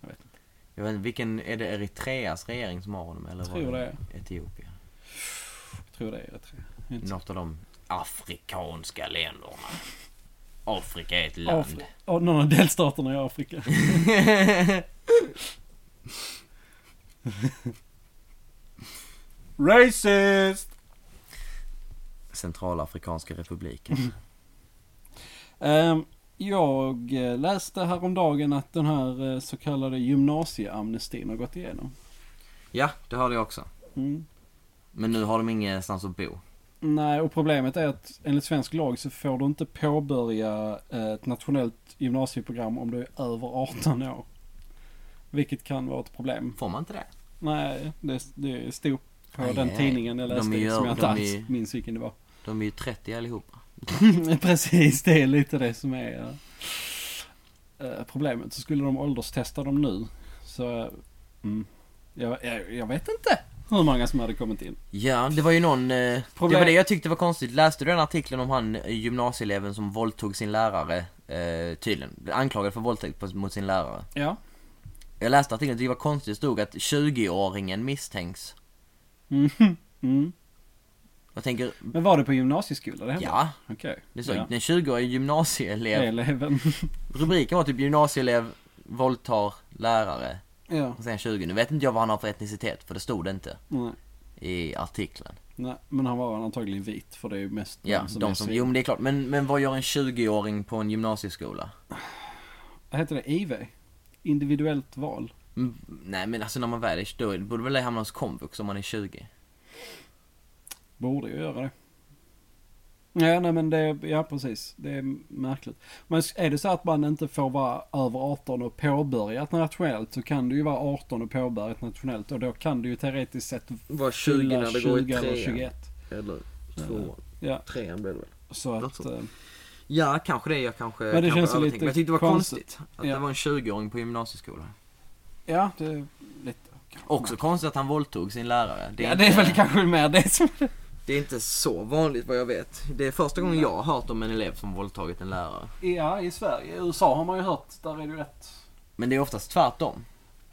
Speaker 1: Jag vet inte.
Speaker 2: Jag vet inte, vilken... Är det Eritreas regering som har honom? Eller var
Speaker 1: Tror det.
Speaker 2: Etiopien?
Speaker 1: Jag tror det är rätt. Jag är inte
Speaker 2: Något av de afrikanska länderna. Afrika är ett
Speaker 1: säker.
Speaker 2: land. (laughs)
Speaker 1: Afri- Ja, någon av delstaterna i Afrika. Racist! (laughs)
Speaker 2: Centralafrikanska republiken.
Speaker 1: (laughs) Ehm, Jag eh, läste häromdagen att den här eh, så kallade gymnasieamnestin har gått igenom.
Speaker 2: Ja, det hörde jag också.
Speaker 1: Mm.
Speaker 2: Men nu har de ingenstans att bo.
Speaker 1: Nej, och problemet är att enligt svensk lag så får du inte påbörja eh, ett nationellt gymnasieprogram om du är över 18 år. Vilket kan vara ett problem.
Speaker 2: Får man inte det?
Speaker 1: Nej, det, det stod på
Speaker 2: Aj,
Speaker 1: den
Speaker 2: aj.
Speaker 1: tidningen jag
Speaker 2: De
Speaker 1: läste i
Speaker 2: gör-
Speaker 1: som jag inte
Speaker 2: de
Speaker 1: alls
Speaker 2: är-
Speaker 1: minns vilken det var.
Speaker 2: De är ju 30 allihopa.
Speaker 5: Mm, (laughs) Precis, det är lite det som är eh, problemet. Så skulle de ålderstesta dem nu så... eh, Mm, jag, jag, jag vet inte hur många som hade kommit in.
Speaker 2: Ja, det var ju någon... Eh, det
Speaker 5: Problem-
Speaker 2: var det jag tyckte var konstigt. Läste du den artikeln om han eh, gymnasieeleven som våldtog sin lärare? Eh, tydligen. Anklagad för våldtäkt på, mot sin lärare.
Speaker 5: Ja.
Speaker 2: Jag läste artikeln och tyckte det var konstigt. Det stod att 20-åringen misstänks.
Speaker 5: Mm. (laughs) Mm.
Speaker 2: Jag tänker,
Speaker 5: Men var det på gymnasieskolan det hände?
Speaker 2: ja.
Speaker 5: Okej.
Speaker 2: Det stod
Speaker 5: Ja.
Speaker 2: en 20-årig gymnasieelev. (laughs)
Speaker 5: Eleven.
Speaker 2: Rubriken var typ gymnasieelev våldtar lärare.
Speaker 6: Ja.
Speaker 2: Och sen 20. Nu vet inte jag vad han har för etnicitet, för det stod det inte
Speaker 5: Nej.
Speaker 2: i artikeln.
Speaker 5: Nej, men han var antagligen vit för det är ju mest
Speaker 2: Ja,
Speaker 5: de som är
Speaker 2: de som...
Speaker 5: svin-
Speaker 2: Jo men det är klart. Men, men vad gör en 20-åring på en gymnasieskola?
Speaker 5: Vad heter det? IV? Individuellt val.
Speaker 2: Mm, Nej men alltså när man väl är då är- borde väl det hamna hos komvux om man är 20?
Speaker 5: Borde ju göra det. Ja, nej men det, ja precis. Det är märkligt. Men är det så att man inte får vara över 18 och påbörjat nationellt så kan du ju vara 18 och påbörjat nationellt och då kan du ju teoretiskt sett
Speaker 2: Var
Speaker 5: fylla 20 eller 21.
Speaker 2: Eller
Speaker 5: tvåan. Ja,
Speaker 2: trean blev det väl?
Speaker 5: så
Speaker 2: Något
Speaker 5: att...
Speaker 2: sånt.
Speaker 5: eh,
Speaker 2: Ja, kanske det. Jag kanske,
Speaker 5: Men det
Speaker 2: kanske
Speaker 5: känns ju
Speaker 2: övertänker.
Speaker 5: lite
Speaker 2: Men jag tyckte det var konstigt,
Speaker 5: konstigt.
Speaker 2: att
Speaker 5: Ja.
Speaker 2: det var en 20-åring på gymnasieskolan.
Speaker 5: Ja, det är lite...
Speaker 2: Också konstigt att han våldtog sin lärare. Det är,
Speaker 5: Ja, det är
Speaker 2: inte,
Speaker 5: väl kanske mer det som...
Speaker 2: det är inte så vanligt vad jag vet. Det är första gången jag har hört om en elev som våldtagit en lärare.
Speaker 5: Ja, i Sverige. I USA har man ju hört, där är det ju rätt
Speaker 2: Men det är oftast tvärtom.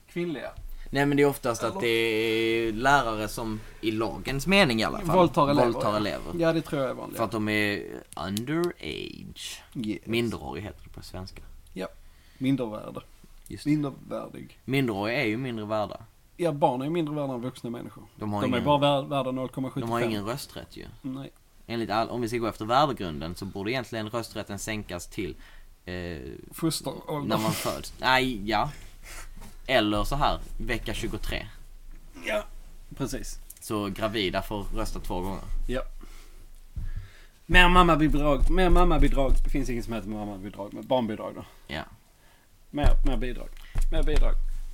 Speaker 5: kvinnliga.
Speaker 2: Nej men det är oftast att det är lärare som, i lagens mening i alla fall,
Speaker 5: Våldtar elever,
Speaker 2: Våldtar
Speaker 5: ja.
Speaker 2: elever.
Speaker 5: Ja, det tror jag är
Speaker 2: För
Speaker 5: vanligt.
Speaker 2: att de är underage.
Speaker 5: Yes.
Speaker 2: Minderårig heter det på svenska.
Speaker 5: Mindervärde.
Speaker 2: Just det.
Speaker 5: Mindervärdig.
Speaker 2: Minderåriga är ju mindre värda.
Speaker 5: Ja, barn är mindre värda än vuxna människor.
Speaker 2: De har,
Speaker 5: De är
Speaker 2: ingen,
Speaker 5: bara vär- värda 0,75.
Speaker 2: de har ingen rösträtt ju.
Speaker 5: Nej.
Speaker 2: Enligt all, om vi ska gå efter värdegrunden så borde egentligen rösträtten sänkas till eh, när
Speaker 5: Fosterålder.
Speaker 2: man föds. Nej, ja. Eller så här, vecka 23.
Speaker 5: Ja, precis.
Speaker 2: Så gravida får rösta två gånger.
Speaker 5: Ja. Mer mammabidrag. Mer mammabidrag. Det finns inget som heter mammabidrag, men barnbidrag då.
Speaker 2: Ja.
Speaker 5: Mer, mer bidrag. Mer bidrag.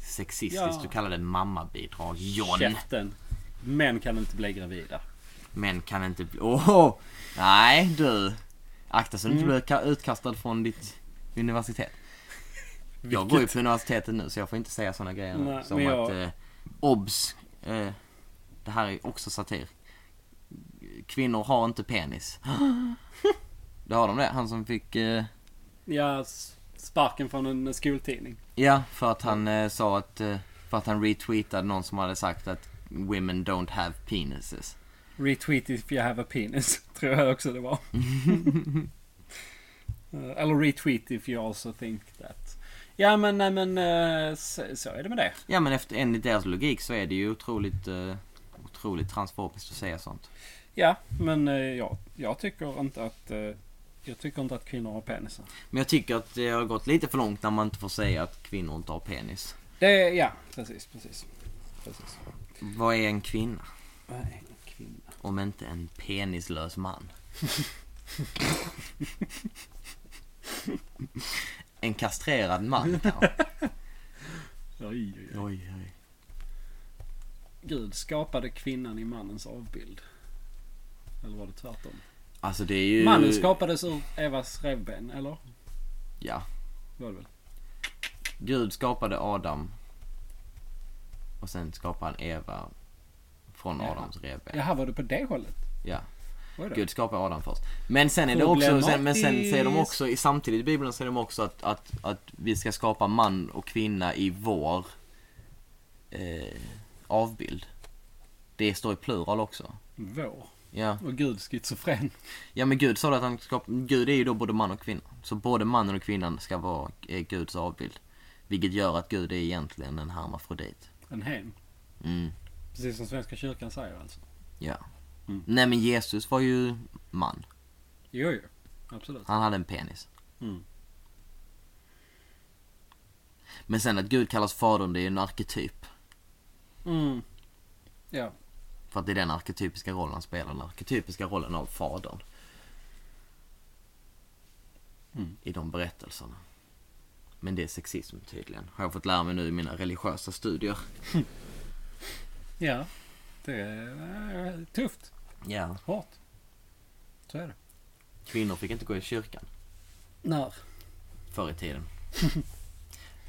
Speaker 2: Sexistiskt,
Speaker 5: Ja.
Speaker 2: du kallar det mammabidrag. John.
Speaker 5: Käften. Män kan inte bli gravida.
Speaker 2: Men kan inte bli... Åh! Nej, du. Akta så du inte
Speaker 5: Mm.
Speaker 2: blir ka- utkastad från ditt universitet. Jag går ju på universitetet nu så jag får inte säga sådana grejer nu.
Speaker 5: Nej,
Speaker 2: Som
Speaker 5: men jag-
Speaker 2: att... Eh, obs! Eh, det här är också satir. Kvinnor har inte penis. (gasps) det har de det. Han som fick... Eh,
Speaker 5: Ja, s- sparken från en skoltidning.
Speaker 2: ja, för att han eh, sa att... Eh, för att han retweetade någon som hade sagt att women don't have penises.
Speaker 5: Retweet if you have a penis, (laughs) tror jag också
Speaker 1: (laughs)
Speaker 5: det var. Eh, Eller retweet if you also think that. Ja men, nej men, eh, så, så är det med det.
Speaker 2: Ja men efter, enligt deras logik så är det ju otroligt, eh, otroligt transfobiskt att säga sånt.
Speaker 5: Ja, men eh, ja, jag tycker inte att eh, jag tycker inte att kvinnor har penisar.
Speaker 2: Men jag tycker att det har gått lite för långt när man inte får säga att kvinnor inte har penis.
Speaker 5: Det, ja, precis, precis. precis.
Speaker 2: Vad är en kvinna?
Speaker 5: Vad är en kvinna?
Speaker 2: Om inte en penislös man. (laughs) en kastrerad man kanske?
Speaker 5: Oj, oj, oj.
Speaker 2: Oj, oj.
Speaker 5: Gud skapade kvinnan i mannens avbild. Eller var det tvärtom?
Speaker 2: Alltså det är ju...
Speaker 5: Mannen skapades ur Evas revben, eller?
Speaker 2: Ja.
Speaker 5: Var det väl?
Speaker 2: Gud skapade Adam. Och sen skapade han Eva. Från
Speaker 5: Ja.
Speaker 2: Adams revben.
Speaker 5: Jaha, var det på det hållet?
Speaker 2: ja.
Speaker 5: Oj då.
Speaker 2: Gud skapar Adam först. Men sen är det också, sen, men sen säger de
Speaker 5: Problematiskt.
Speaker 2: också, i- samtidigt i Bibeln säger de också att, att, att vi ska skapa man och kvinna i vår eh, avbild. Det står i plural också.
Speaker 5: Vår.
Speaker 2: Ja,
Speaker 5: Och gud schizofren.
Speaker 2: ja men Gud sa det att han skapar, Gud är ju då både man och kvinna. Så både mannen och kvinnan ska vara eh, Guds avbild. Vilket gör att Gud är egentligen en hermafrodit.
Speaker 5: En hen.
Speaker 2: Mm,
Speaker 5: Precis som Svenska kyrkan säger alltså.
Speaker 2: ja.
Speaker 5: Mm.
Speaker 2: Nej men Jesus var ju man.
Speaker 5: Jo, jo. Absolut.
Speaker 2: Han hade en penis.
Speaker 5: Mm.
Speaker 2: Men sen att Gud kallas fadern, det är ju en arketyp.
Speaker 5: Mm. Ja.
Speaker 2: För att det är den arketypiska rollen han spelar, den arketypiska rollen av fadern.
Speaker 5: Mm.
Speaker 2: I de berättelserna. Men det är sexism tydligen, har jag fått lära mig nu i mina religiösa studier.
Speaker 5: Ja. Det är eh, tufft.
Speaker 2: Ja.
Speaker 5: Hårt. Så är det.
Speaker 2: Kvinnor fick inte gå i kyrkan
Speaker 5: När?
Speaker 2: förr i tiden. (laughs)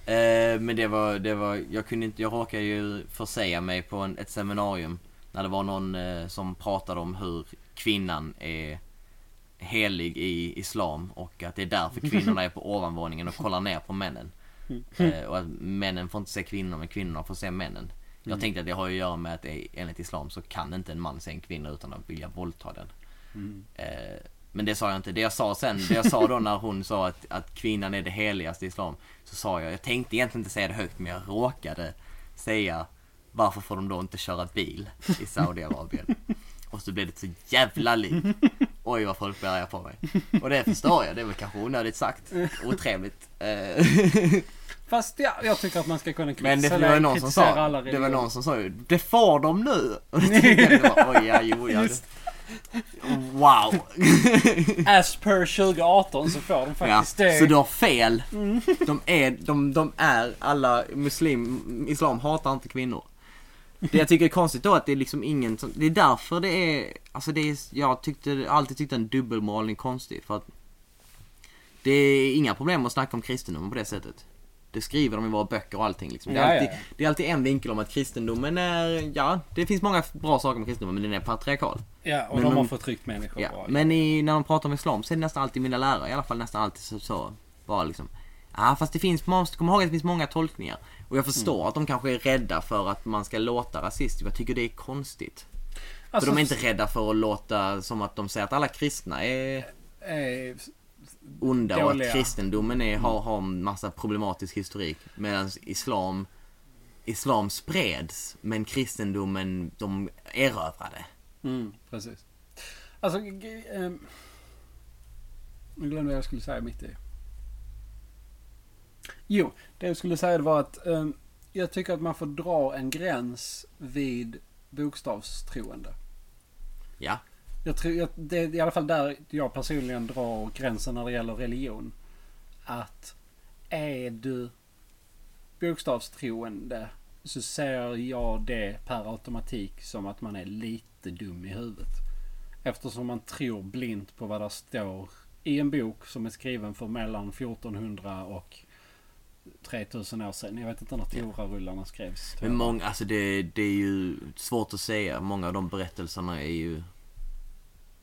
Speaker 2: eh, men det var, det var, jag kunde inte, jag råkade ju försäga mig på en, ett seminarium när det var någon eh, som pratade om hur kvinnan är helig i islam och att det är därför kvinnorna är på ovanvåningen och kollar ner på männen. Eh, och att männen får inte se kvinnor men kvinnorna får se männen. Jag tänkte att det har ju att göra med att det, enligt islam så kan inte en man se en kvinna utan att vilja våldta den. Eh, Men det sa jag inte. Det jag sa sen, det jag sa då när hon sa att, att kvinnan är det heligaste i islam. Så sa jag, jag tänkte egentligen inte säga det högt men jag råkade säga varför får de då inte köra bil i Saudiarabien? Och så blev det så jävla liv. Oj vad folk blir arga på mig. Och det förstår jag, det var kanske onödigt sagt. Otrevligt. Eh, (laughs)
Speaker 5: Fast ja, jag tycker att man ska kunna kritisera,
Speaker 2: Men det var ju någon som
Speaker 5: kritisera alla
Speaker 2: sa, det var
Speaker 5: religioner.
Speaker 2: någon som sa ju, det får de nu! Och det tänkte jag, det var, oj ja, jo ja.
Speaker 5: Just.
Speaker 2: Wow!
Speaker 5: As per 2018 så får de faktiskt det.
Speaker 2: Så du har fel. De är, de, de är alla muslim, islam hatar inte kvinnor. Det jag tycker är konstigt då att det är liksom ingen som, det är därför det är, alltså det är, jag tyckte, alltid tyckte en dubbelmoral är konstig för att det är inga problem att snacka om kristendomen på det sättet. Det skriver de i våra böcker och allting liksom. Det är,
Speaker 5: Ja, ja,
Speaker 2: alltid,
Speaker 5: ja.
Speaker 2: det är alltid en vinkel om att kristendomen är, ja, det finns många bra saker med kristendomen men den är patriarkal.
Speaker 5: Ja, och
Speaker 2: Men
Speaker 5: de har
Speaker 2: om-
Speaker 5: förtryckt människor.
Speaker 2: Ja,
Speaker 5: bra.
Speaker 2: men i, när de pratar om islam så är det nästan alltid mina lärare i alla fall nästan alltid så, så bara liksom Ja fast det finns, man måste komma ihåg att det finns många tolkningar. Och jag förstår
Speaker 5: Mm.
Speaker 2: att de kanske är rädda för att man ska låta rasistisk. Jag tycker det är konstigt.
Speaker 5: Alltså,
Speaker 2: för de är inte rädda för att låta som att de säger att alla kristna är
Speaker 5: eh,
Speaker 2: onda och
Speaker 5: Dåliga. Mm.
Speaker 2: att kristendomen är, har, har en massa problematisk historik. Medan islam, islam spreds men kristendomen de erövrade.
Speaker 5: Mm, precis. Alltså, g- ehm, nu glömde jag vad jag skulle säga mitt i. Jo, det jag skulle säga det var att ehm, jag tycker att man får dra en gräns vid bokstavstroende.
Speaker 2: Ja,
Speaker 5: Jag tror, jag, det är i alla fall där jag personligen drar gränsen när det gäller religion. Att är du bokstavstroende så ser jag det per automatik som att man är lite dum i huvudet. Eftersom man tror blint på vad det står i en bok som är skriven för mellan 1400 och 3000 år sedan. Jag vet inte när Torarullarna skrevs.
Speaker 2: Men många, alltså det, det är ju svårt att säga. Många av de berättelserna är ju...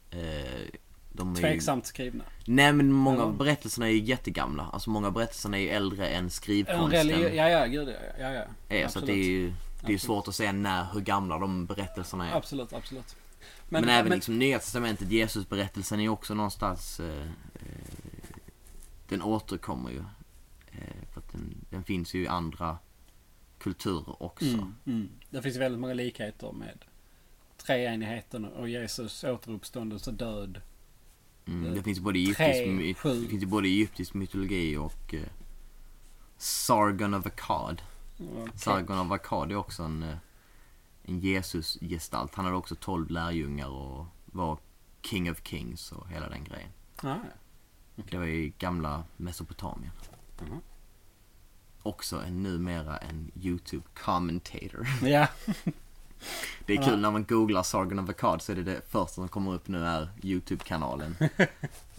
Speaker 2: Eh, de är
Speaker 5: Tveksamt skrivna.
Speaker 2: Ju, nej men många
Speaker 5: Ja.
Speaker 2: av berättelserna är ju jättegamla. Alltså många av berättelserna är ju äldre än
Speaker 5: En
Speaker 2: skrivkonsten.
Speaker 5: religi- ja, ja, gud ja. ja, ja.
Speaker 2: är, så att det är ju det är ju svårt att säga när, hur gamla de berättelserna är.
Speaker 5: Absolut, absolut.
Speaker 2: Men, även liksom Nya Testamentet, Jesusberättelsen är ju också någonstans... Eh, eh, den återkommer ju. Eh, för att den, den finns ju i andra kulturer också.
Speaker 5: Mm, mm. Det finns ju väldigt många likheter med treenigheten och Jesus återuppståndelse och död.
Speaker 2: Mm,
Speaker 5: Eh,
Speaker 2: det finns ju både egyptisk,
Speaker 5: tre,
Speaker 2: my-
Speaker 5: sju.
Speaker 2: det finns ju både egyptisk mytologi och eh, Sargon of Akkad.
Speaker 5: Och-
Speaker 2: Sargon of Akkad är också en, eh, en Jesus-gestalt. Han hade också 12 lärjungar och var King of Kings och hela den grejen.
Speaker 5: Ja, ja.
Speaker 2: Det var i gamla Mesopotamien.
Speaker 5: Mhm.
Speaker 2: Också en, numera en YouTube-commentator.
Speaker 5: ja.
Speaker 2: (laughs) Det är kul när man googlar Sargon of Akkad så är det det första som kommer upp nu är
Speaker 5: (laughs)
Speaker 2: YouTube-kanalen.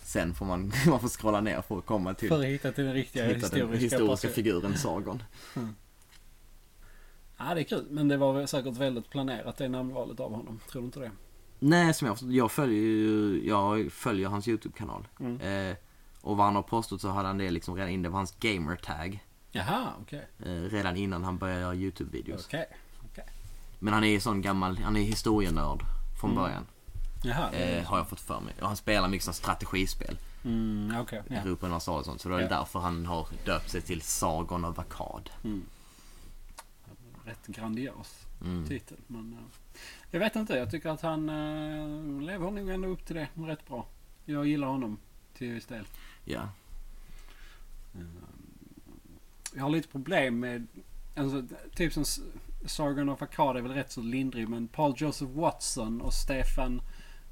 Speaker 2: Sen får man, (laughs) man får scrolla ner för att komma till
Speaker 5: för att hitta till den riktiga
Speaker 2: Typ. hitta den
Speaker 5: historiska,
Speaker 2: historiska
Speaker 5: person-
Speaker 2: figuren Sargon.
Speaker 5: Ja, det är kul. Men det var väl säkert väldigt planerat det namnvalet av honom. Tror du inte det?
Speaker 2: Nej, som jag förstår- jag följer ju, jag följer hans YouTube-kanal.
Speaker 5: Mm.
Speaker 2: Eh, och vad han har påstått så hade han det liksom redan innan, det var hans gamertag.
Speaker 5: Jaha, okej.
Speaker 2: Eh, redan innan han började göra YouTube-videos.
Speaker 5: Okej.
Speaker 2: Men han är ju sån gammal, han är historienörd från början.
Speaker 5: Jaha. det-
Speaker 2: Eh, har jag fått för mig. Och han spelar mycket sån strategispel.
Speaker 5: Mm, okej. ja.
Speaker 2: Europa Universal och sånt. Så det är
Speaker 5: Ja.
Speaker 2: därför han har döpt sig till Sargon of Akkad.
Speaker 5: Mm. Rätt grandios
Speaker 2: Mm.
Speaker 5: titel. Men eh, jag vet inte. Jag tycker att han eh, lever nog ändå upp till det rätt bra. Jag gillar honom till viss del.
Speaker 2: Ja. Mm.
Speaker 5: Jag har lite problem med, alltså typ som S- Sargon of Akkad är väl rätt så lindrig men Paul Joseph Watson och Stefan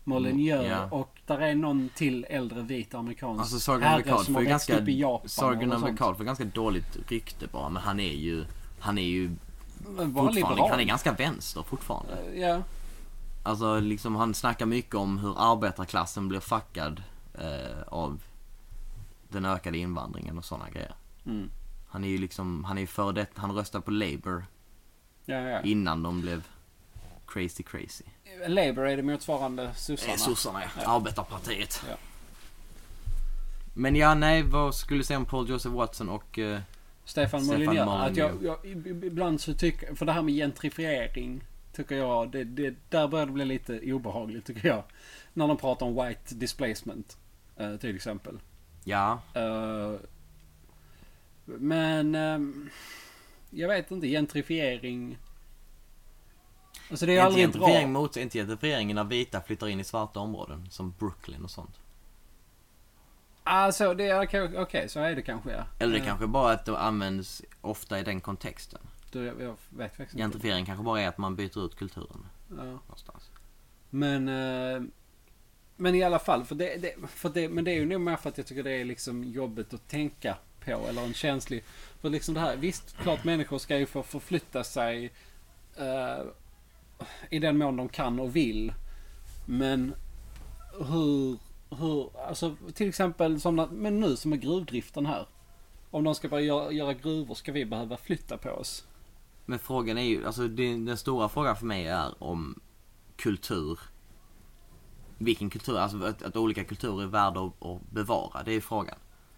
Speaker 5: Molyneux
Speaker 2: Mm, ja.
Speaker 5: och där är någon till äldre vit amerikansk
Speaker 2: Alltså Sargon of
Speaker 5: herre
Speaker 2: Akkad
Speaker 5: som
Speaker 2: får
Speaker 5: har
Speaker 2: ju
Speaker 5: växt
Speaker 2: ganska,
Speaker 5: upp i Japan
Speaker 2: Sargon
Speaker 5: och
Speaker 2: of
Speaker 5: sånt.
Speaker 2: Akkad får ganska dåligt rykte bara. Men han är ju, han är ju
Speaker 5: Men var
Speaker 2: fortfarande,
Speaker 5: liberal.
Speaker 2: han är ganska vänster fortfarande.
Speaker 5: Ja,
Speaker 2: Alltså liksom han snackar mycket om hur arbetarklassen blir fuckad eh, av den ökade invandringen och sådana grejer.
Speaker 5: Mm.
Speaker 2: Han är ju liksom, han är ju för det, han röstar på Labour
Speaker 5: Ja, ja.
Speaker 2: innan de blev crazy crazy.
Speaker 5: Labour är det motsvarande
Speaker 2: Det är
Speaker 5: sossarna.
Speaker 2: Eh, sossarna ja. Arbetarpartiet.
Speaker 5: Ja.
Speaker 2: Men ja, nej, vad skulle du säga om Paul Joseph Watson och... eh,
Speaker 5: Stefan
Speaker 2: Stefan
Speaker 5: Molyneux.
Speaker 2: Molyneux.
Speaker 5: Att jag, jag, ibland så tycker, för det här med gentrifiering tycker jag, det, det, där börjar det bli lite obehagligt tycker jag. När de pratar om white displacement eh, till exempel.
Speaker 2: ja,
Speaker 5: Eh, men ehm, jag vet inte, gentrifiering. Alltså det är aldrig
Speaker 2: inte gentrifiering
Speaker 5: bra.
Speaker 2: mot, inte gentrifiering när vita flyttar in i svarta områden som Brooklyn och sånt.
Speaker 5: Alltså det är okej, okej, så är det kanske ja.
Speaker 2: Eller det
Speaker 5: Eh,
Speaker 2: kanske bara är att det används ofta i den kontexten.
Speaker 5: du, jag, jag vet faktiskt inte.
Speaker 2: Gentrifiering kanske bara är att man byter ut kulturen
Speaker 5: Ja.
Speaker 2: någonstans.
Speaker 5: Men, eh, men i alla fall, för det, det, för det, men det är ju nog mer för att jag tycker det är liksom jobbigt att tänka på eller en känslig. För liksom det här, visst, klart människor ska ju få förflytta sig eh, i den mån de kan och vill. Men hur, hur, alltså till exempel som, när- men nu som är gruvdriften här. Om de ska börja göra, göra gruvor ska vi behöva flytta på oss.
Speaker 2: Men frågan är ju, alltså det, den stora frågan för mig är om kultur. Vilken kultur, alltså att, att olika kulturer är värda att, att bevara, det är frågan.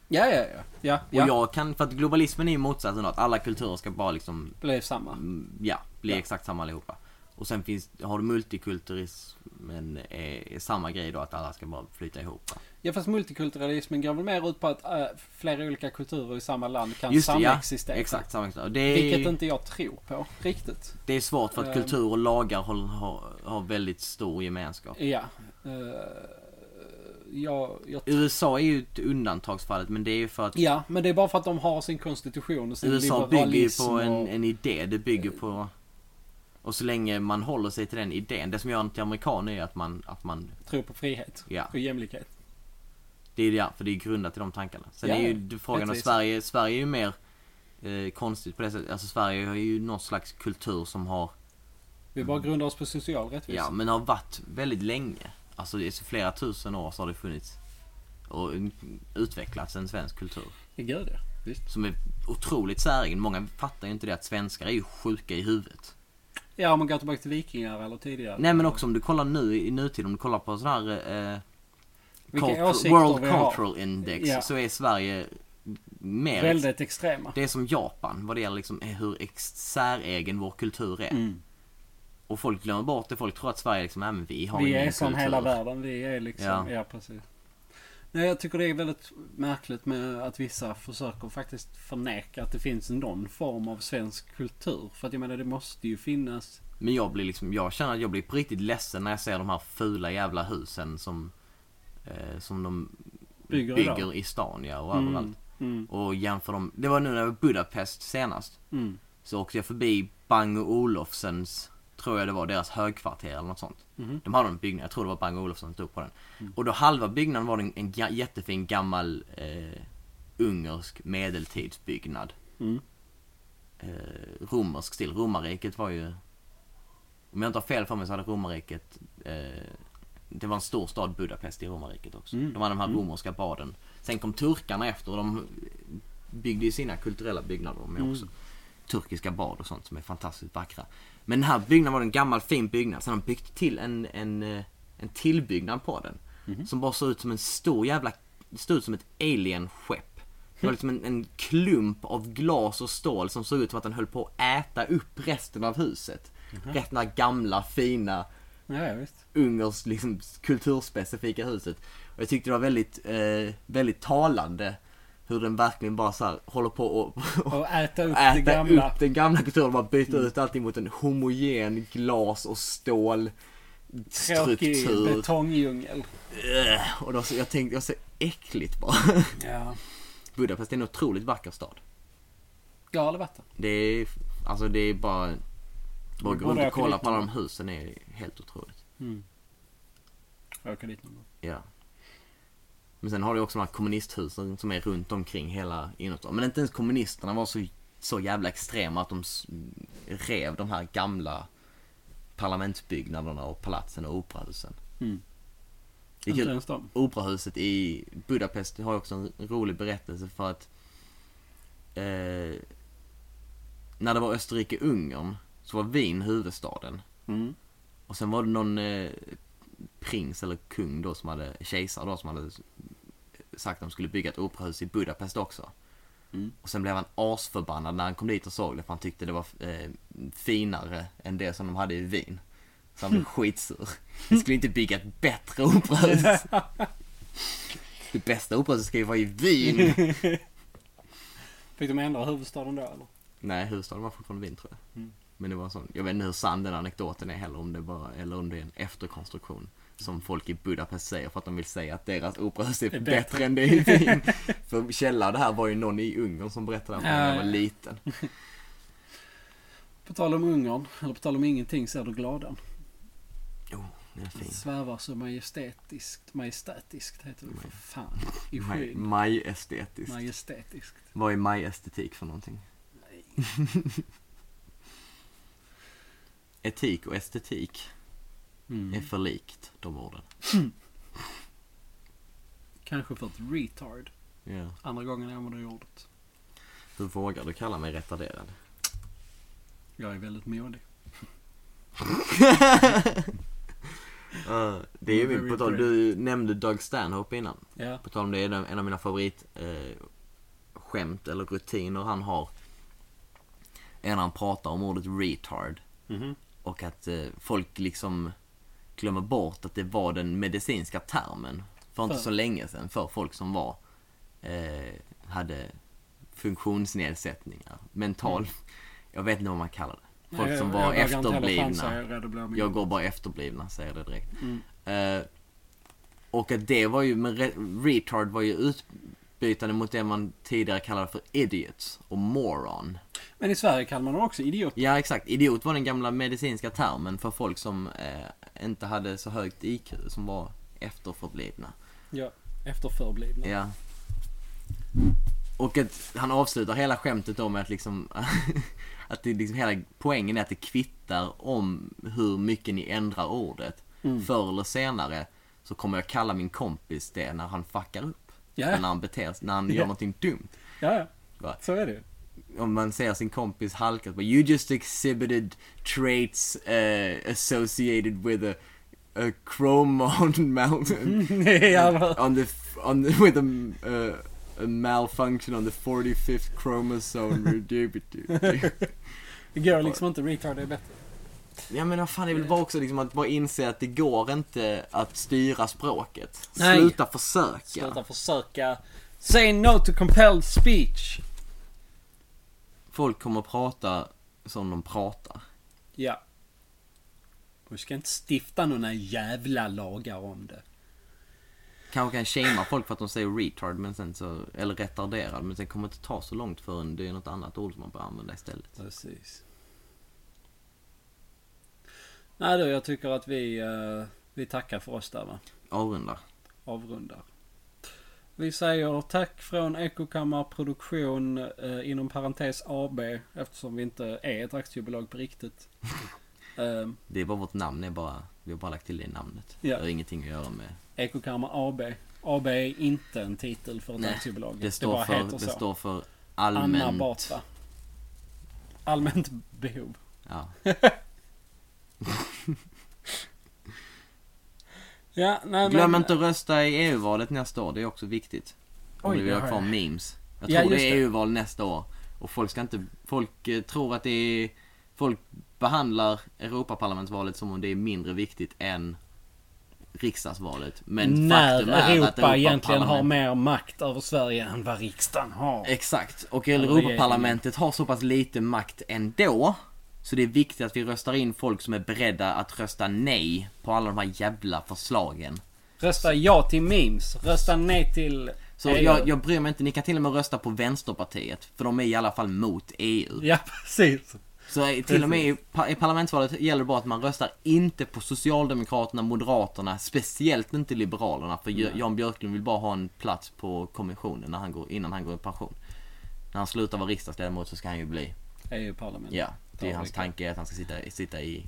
Speaker 5: Ja, ja, ja. Ja,
Speaker 2: Och
Speaker 5: ja.
Speaker 2: jag kan, för att globalismen är ju motsatsen då, att alla kulturer ska bara liksom,
Speaker 5: Blev samma.
Speaker 2: mm, ja, bli
Speaker 5: Ja.
Speaker 2: exakt samma allihopa. Och sen finns, har du multikulturism, men är, är samma grej då att alla ska bara flyta ihop. va?
Speaker 5: Ja fast multikulturalismen går väl mer ut på att äh, flera olika kulturer i samma land kan
Speaker 2: Just det, ja.
Speaker 5: samexistera.
Speaker 2: Exakt, samexistens. Och Det är,
Speaker 5: Vilket inte jag tror på riktigt.
Speaker 2: det är svårt för att
Speaker 5: Ehm.
Speaker 2: kultur och lagar håller- har, har väldigt stor gemenskap.
Speaker 5: Ja. eh, jag, jag,
Speaker 2: USA är ju ett undantagsfallet men det är ju för att
Speaker 5: ja men det är bara för att de har sin konstitution och sin
Speaker 2: USA bygger ju
Speaker 5: liberalism.
Speaker 2: på en,
Speaker 5: och,
Speaker 2: en idé. Det bygger på... Och så länge man håller sig till den idén. Det som gör en till amerikan är ju att man, att man...
Speaker 5: tror på frihet
Speaker 2: Ja.
Speaker 5: och jämlikhet.
Speaker 2: Det är ja, för det är grundat i de tankarna. Sen
Speaker 5: Ja,
Speaker 2: är ju
Speaker 5: ja.
Speaker 2: det frågan om
Speaker 5: Rättvist.
Speaker 2: Sverige, Sverige är ju mer eh, konstigt på det sättet. Alltså Sverige har ju någon slags kultur som har...
Speaker 5: Vi bara grundar oss på social rättvisa.
Speaker 2: Mm. Ja, men har varit väldigt länge. Alltså det är så flera tusen år så har det funnits och utvecklats en svensk kultur.
Speaker 5: Ja, Gud ja. Visst.
Speaker 2: Som är otroligt säregen. Många fattar ju inte det att svenskar är ju sjuka i huvudet.
Speaker 5: Ja om man går tillbaka till vikingar eller tidigare.
Speaker 2: Nej men också om du kollar nu i nutid, om du kollar på sån här eh,
Speaker 5: Vilka
Speaker 2: cultural-
Speaker 5: åsikter
Speaker 2: World
Speaker 5: vi har.
Speaker 2: Cultural Index
Speaker 5: Ja.
Speaker 2: så är Sverige mer...
Speaker 5: Väldigt extrema.
Speaker 2: Det är som Japan vad det gäller liksom hur ex- säregen vår kultur är.
Speaker 5: Mm.
Speaker 2: Och folk glömmer bort det, folk tror att Sverige liksom, nej men vi har
Speaker 5: Vi
Speaker 2: ingen
Speaker 5: är som
Speaker 2: kultur.
Speaker 5: hela världen. Vi är liksom,
Speaker 2: Ja.
Speaker 5: ja, precis. Nej, jag tycker det är väldigt märkligt med att vissa försöker faktiskt förneka att det finns någon form av svensk kultur. För att jag menar det måste ju finnas.
Speaker 2: Men jag blir liksom, jag känner att jag blir på riktigt ledsen när jag ser de här fula jävla husen som, eh, som de
Speaker 5: Bygger idag.
Speaker 2: i stan ja, och
Speaker 5: Mm.
Speaker 2: överallt.
Speaker 5: Mm,
Speaker 2: Och jämför dem, det var nu när jag var i Budapest senast.
Speaker 5: mm,
Speaker 2: Så åkte jag förbi Bang och Olofsens, tror jag det var, deras högkvarter eller något sånt.
Speaker 5: mhm. Mm.
Speaker 2: De hade en byggnad, jag tror det var Bang och Olofsen som stod på den. Och då halva byggnaden var en, en ga- jättefin gammal eh, ungersk medeltidsbyggnad.
Speaker 5: Mm.
Speaker 2: Eh, romersk stil, romarriket var ju... Om jag inte har fel för mig så hade romarriket... Eh, det var en stor stad, Budapest, i romarriket också.
Speaker 5: Mm.
Speaker 2: De hade de här
Speaker 5: Mm.
Speaker 2: romerska baden. Sen kom turkarna efter och de byggde ju sina kulturella byggnader de
Speaker 5: Mm.
Speaker 2: med också. Turkiska bad och sånt som är fantastiskt vackra. Men den här byggnaden var en gammal fin byggnad. Sen har de byggt till en, en, eh, en tillbyggnad på den.
Speaker 5: Mhm.
Speaker 2: Som bara såg ut som en stor jävla... Det såg ut som ett alien-skepp. Det var liksom en, en klump av glas och stål som såg ut som att den höll på att äta upp resten av huset.
Speaker 5: Mhm.
Speaker 2: Rätt den här gamla fina
Speaker 5: Ja, ja, visst.
Speaker 2: Ungers liksom, kulturspecifika huset. Och jag tyckte det var väldigt, eh, väldigt talande hur den verkligen bara så här, håller på och,
Speaker 5: Och Oh. äta upp det
Speaker 2: äta
Speaker 5: gamla. Mm.
Speaker 2: upp den gamla kulturen. Bara byta ut allting mot en homogen glas och stål
Speaker 5: Tråkig
Speaker 2: struktur.
Speaker 5: betongdjungel.
Speaker 2: Ugh. Och då, så, jag tänkte, jag så äckligt bara. (laughs)
Speaker 5: Ja.
Speaker 2: Budapest är en otroligt vacker stad.
Speaker 5: Jag har aldrig varit där.
Speaker 2: Det är, alltså det är bara, bara
Speaker 5: Borde
Speaker 2: gå runt
Speaker 5: jag
Speaker 2: och kolla
Speaker 5: åka dit
Speaker 2: på alla
Speaker 5: någon
Speaker 2: de husen är helt otroligt.
Speaker 5: Mm. Får jag åka dit någon gång?
Speaker 2: Ja. Men sen har du också de här kommunisthusen som är runt omkring hela innerstaden. Men inte ens kommunisterna var så, så jävla extrema att de s- rev de här gamla parlamentsbyggnaderna och palatsen och operahusen.
Speaker 5: Mm.
Speaker 2: Det är
Speaker 5: Inte
Speaker 2: kul.
Speaker 5: ens dem.
Speaker 2: Operahuset i Budapest har ju också en rolig berättelse för att eh, när det var Österrike-Ungern så var Wien huvudstaden.
Speaker 5: Mm.
Speaker 2: Och sen var det någon eh, prins eller kung då som hade, kejsare då som hade sagt att de skulle bygga ett operahus i Budapest också.
Speaker 5: Mm.
Speaker 2: Och sen blev han asförbannad när han kom dit och såg det för han tyckte det var eh, finare än det som de hade i Wien. Så han blev skitsur. Vi skulle inte bygga ett bättre operahus. Det bästa operahuset ska ju vara i Wien.
Speaker 5: Fick de ändra huvudstaden då eller?
Speaker 2: Nej, huvudstaden var fortfarande Wien tror jag.
Speaker 5: Mm.
Speaker 2: Men det var en sån, jag vet inte hur sann den anekdoten är heller, om det bara, eller om det är en efterkonstruktion. Som folk i Budapest säger för att de vill säga att deras operahus är,
Speaker 5: Är
Speaker 2: bättre.
Speaker 5: bättre.
Speaker 2: än det
Speaker 5: (laughs)
Speaker 2: i Wien. för källa det här var ju någon i Ungern som berättade om det när jag
Speaker 5: Ja,
Speaker 2: var
Speaker 5: ja.
Speaker 2: liten.
Speaker 5: På tal om Ungern, eller på tal om ingenting, ser du gladan?
Speaker 2: Den är fin.
Speaker 5: Svävar så majestätiskt, majestätiskt heter det för fan, i
Speaker 2: Maj-
Speaker 5: skyn.
Speaker 2: Majestetiskt.
Speaker 5: Majestätiskt.
Speaker 2: Vad är majestetik för någonting? (laughs) Etik och estetik är
Speaker 5: Mm.
Speaker 2: för likt de orden.
Speaker 5: Kanske för ett retard.
Speaker 2: Ja.
Speaker 5: Andra gången jag använder ordet.
Speaker 2: Hur vågar du kalla mig retarderad?
Speaker 5: Jag är väldigt modig.
Speaker 2: Eh, det är ju
Speaker 5: Very
Speaker 2: min, på tal, du nämnde Doug Stanhope innan.
Speaker 5: Ja.
Speaker 2: På tal om det, är en en av mina favorit eh, skämt eller rutiner han har. Är när han pratar om ordet retard. Och att eh, folk liksom glömmer bort att det var den medicinska termen. För inte
Speaker 5: För-
Speaker 2: så länge sedan för folk som var, eh, hade funktionsnedsättningar. Mental, jag vet inte vad man kallar det. Folk som var efterblivna. Jag går bara efterblivna, säger det direkt.
Speaker 5: Mm.
Speaker 2: Eh, och att det var ju, men re, retard var ju utbytande mot det man tidigare kallade för idiots och moron.
Speaker 5: Men i Sverige kallar man dem också idiot.
Speaker 2: Ja, exakt. Idiot var den gamla medicinska termen för folk som eh, inte hade så högt IQ, som var efterförblivna.
Speaker 5: Ja. Efterförblivna.
Speaker 2: Ja. Och att han avslutar hela skämtet då med att liksom (laughs) att det liksom hela poängen är att det kvittar om hur mycket ni ändrar ordet.
Speaker 5: Mm.
Speaker 2: Förr eller senare så kommer jag kalla min kompis det när han fuckar upp.
Speaker 5: Ja.
Speaker 2: Eller När han beter sig, när han gör
Speaker 5: Ja.
Speaker 2: någonting dumt.
Speaker 5: Ja, ja.
Speaker 2: Va?
Speaker 5: Så är det ju.
Speaker 2: Om man ser sin kompis halka, bara, you just exhibited traits eh, associated with a, a (laughs) chromon mountain (laughs)
Speaker 5: ja, va.
Speaker 2: on the f- on the, with a, m- uh, a malfunction on the 45th chromosome.
Speaker 5: det går liksom inte. Retard är bättre.
Speaker 2: (laughs) ja men vad fan, det är väl bara också liksom att bara inse att det går inte att styra språket.
Speaker 5: Nej.
Speaker 2: Sluta försöka.
Speaker 5: Sluta försöka. Say no to compelled speech.
Speaker 2: Folk kommer prata som de pratar.
Speaker 5: Ja. Vi ska inte stifta några jävla lagar om det.
Speaker 2: Kanske kan shamea folk för att de säger retard men sen så, eller retarderad men sen kommer det inte ta så långt förrän det är något annat ord som man börjar använda istället.
Speaker 5: Precis. Nej du, jag tycker att vi, eh, vi tackar för oss där va.
Speaker 2: Avrundar.
Speaker 5: Avrundar. Vi säger tack från Ekokammar Produktion eh, inom parentes AB eftersom vi inte är ett aktiebolag
Speaker 2: (laughs)
Speaker 5: på riktigt. eh,
Speaker 2: Det är bara vårt namn, det är bara, vi har bara lagt till det i namnet.
Speaker 5: Ja.
Speaker 2: Det har ingenting att göra med.
Speaker 5: Ekokammar AB. AB är inte en titel för ett
Speaker 2: Nej,
Speaker 5: aktiebolag.
Speaker 2: Det står,
Speaker 5: bara heter
Speaker 2: för,
Speaker 5: så.
Speaker 2: det står för
Speaker 5: Anna
Speaker 2: allmänt...
Speaker 5: Batra. Allmänt behov.
Speaker 2: Ja.
Speaker 5: Ja, nej,
Speaker 2: Glöm
Speaker 5: men,
Speaker 2: inte att rösta i EU-valet nästa år, det är också viktigt. Om
Speaker 5: Oj,
Speaker 2: ni vill
Speaker 5: det
Speaker 2: ha
Speaker 5: har
Speaker 2: kvar
Speaker 5: jag.
Speaker 2: memes. Jag
Speaker 5: Ja,
Speaker 2: tror det
Speaker 5: just
Speaker 2: är
Speaker 5: det.
Speaker 2: EU-val nästa år. Och folk ska inte, folk eh, tror att det är, folk behandlar Europaparlamentsvalet som om det är mindre viktigt än riksdagsvalet. Men
Speaker 5: när
Speaker 2: faktum är
Speaker 5: Europa,
Speaker 2: att Europaparlament...
Speaker 5: egentligen har mer makt över Sverige än vad riksdagen har.
Speaker 2: Exakt, och
Speaker 5: regeringen.
Speaker 2: Europaparlamentet har så pass lite makt ändå. Så det är viktigt att vi röstar in folk som är beredda att rösta nej på alla de här jävla förslagen.
Speaker 5: Rösta ja till memes. Rösta nej till
Speaker 2: Så
Speaker 5: EU.
Speaker 2: jag, jag bryr mig inte, ni kan till och med rösta på Vänsterpartiet, för de är i alla fall mot EU.
Speaker 5: Ja, (laughs) precis.
Speaker 2: Så eh, till och med i, pa- i parlamentsvalet gäller det bara att man röstar inte på Socialdemokraterna, Moderaterna, speciellt inte Liberalerna, för Jö- Jan Björklund vill bara ha en plats på kommissionen när han går, innan han går i pension. När han slutar vara riksdagsledamot så ska han ju bli,
Speaker 5: EU-parlamentet.
Speaker 2: ja, det är
Speaker 5: Ja,
Speaker 2: hans
Speaker 5: det-
Speaker 2: tanke att han ska sitta, sitta i,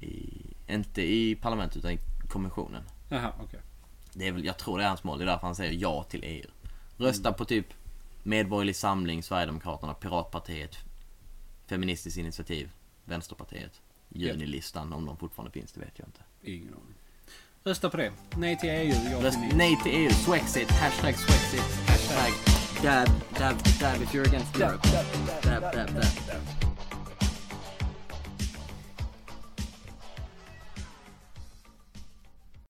Speaker 2: i, inte i parlamentet utan i kommissionen.
Speaker 5: Jaha, okej.
Speaker 2: Det är väl, jag tror det är hans mål, det är därför han säger ja till EU. Rösta på typ Medborgerlig Samling, Sverigedemokraterna, Piratpartiet, Feministiskt initiativ, Vänsterpartiet, Junilistan om de fortfarande finns, det vet jag inte.
Speaker 5: Ingen aning. Rösta på det. Nej till E EU, ja
Speaker 2: Röst
Speaker 5: till nej.
Speaker 2: Mm. nej till EU, Swexit, hashtag Swexit, hashtag dab, dab, dab if you're against Europe. Dab, dab, dab.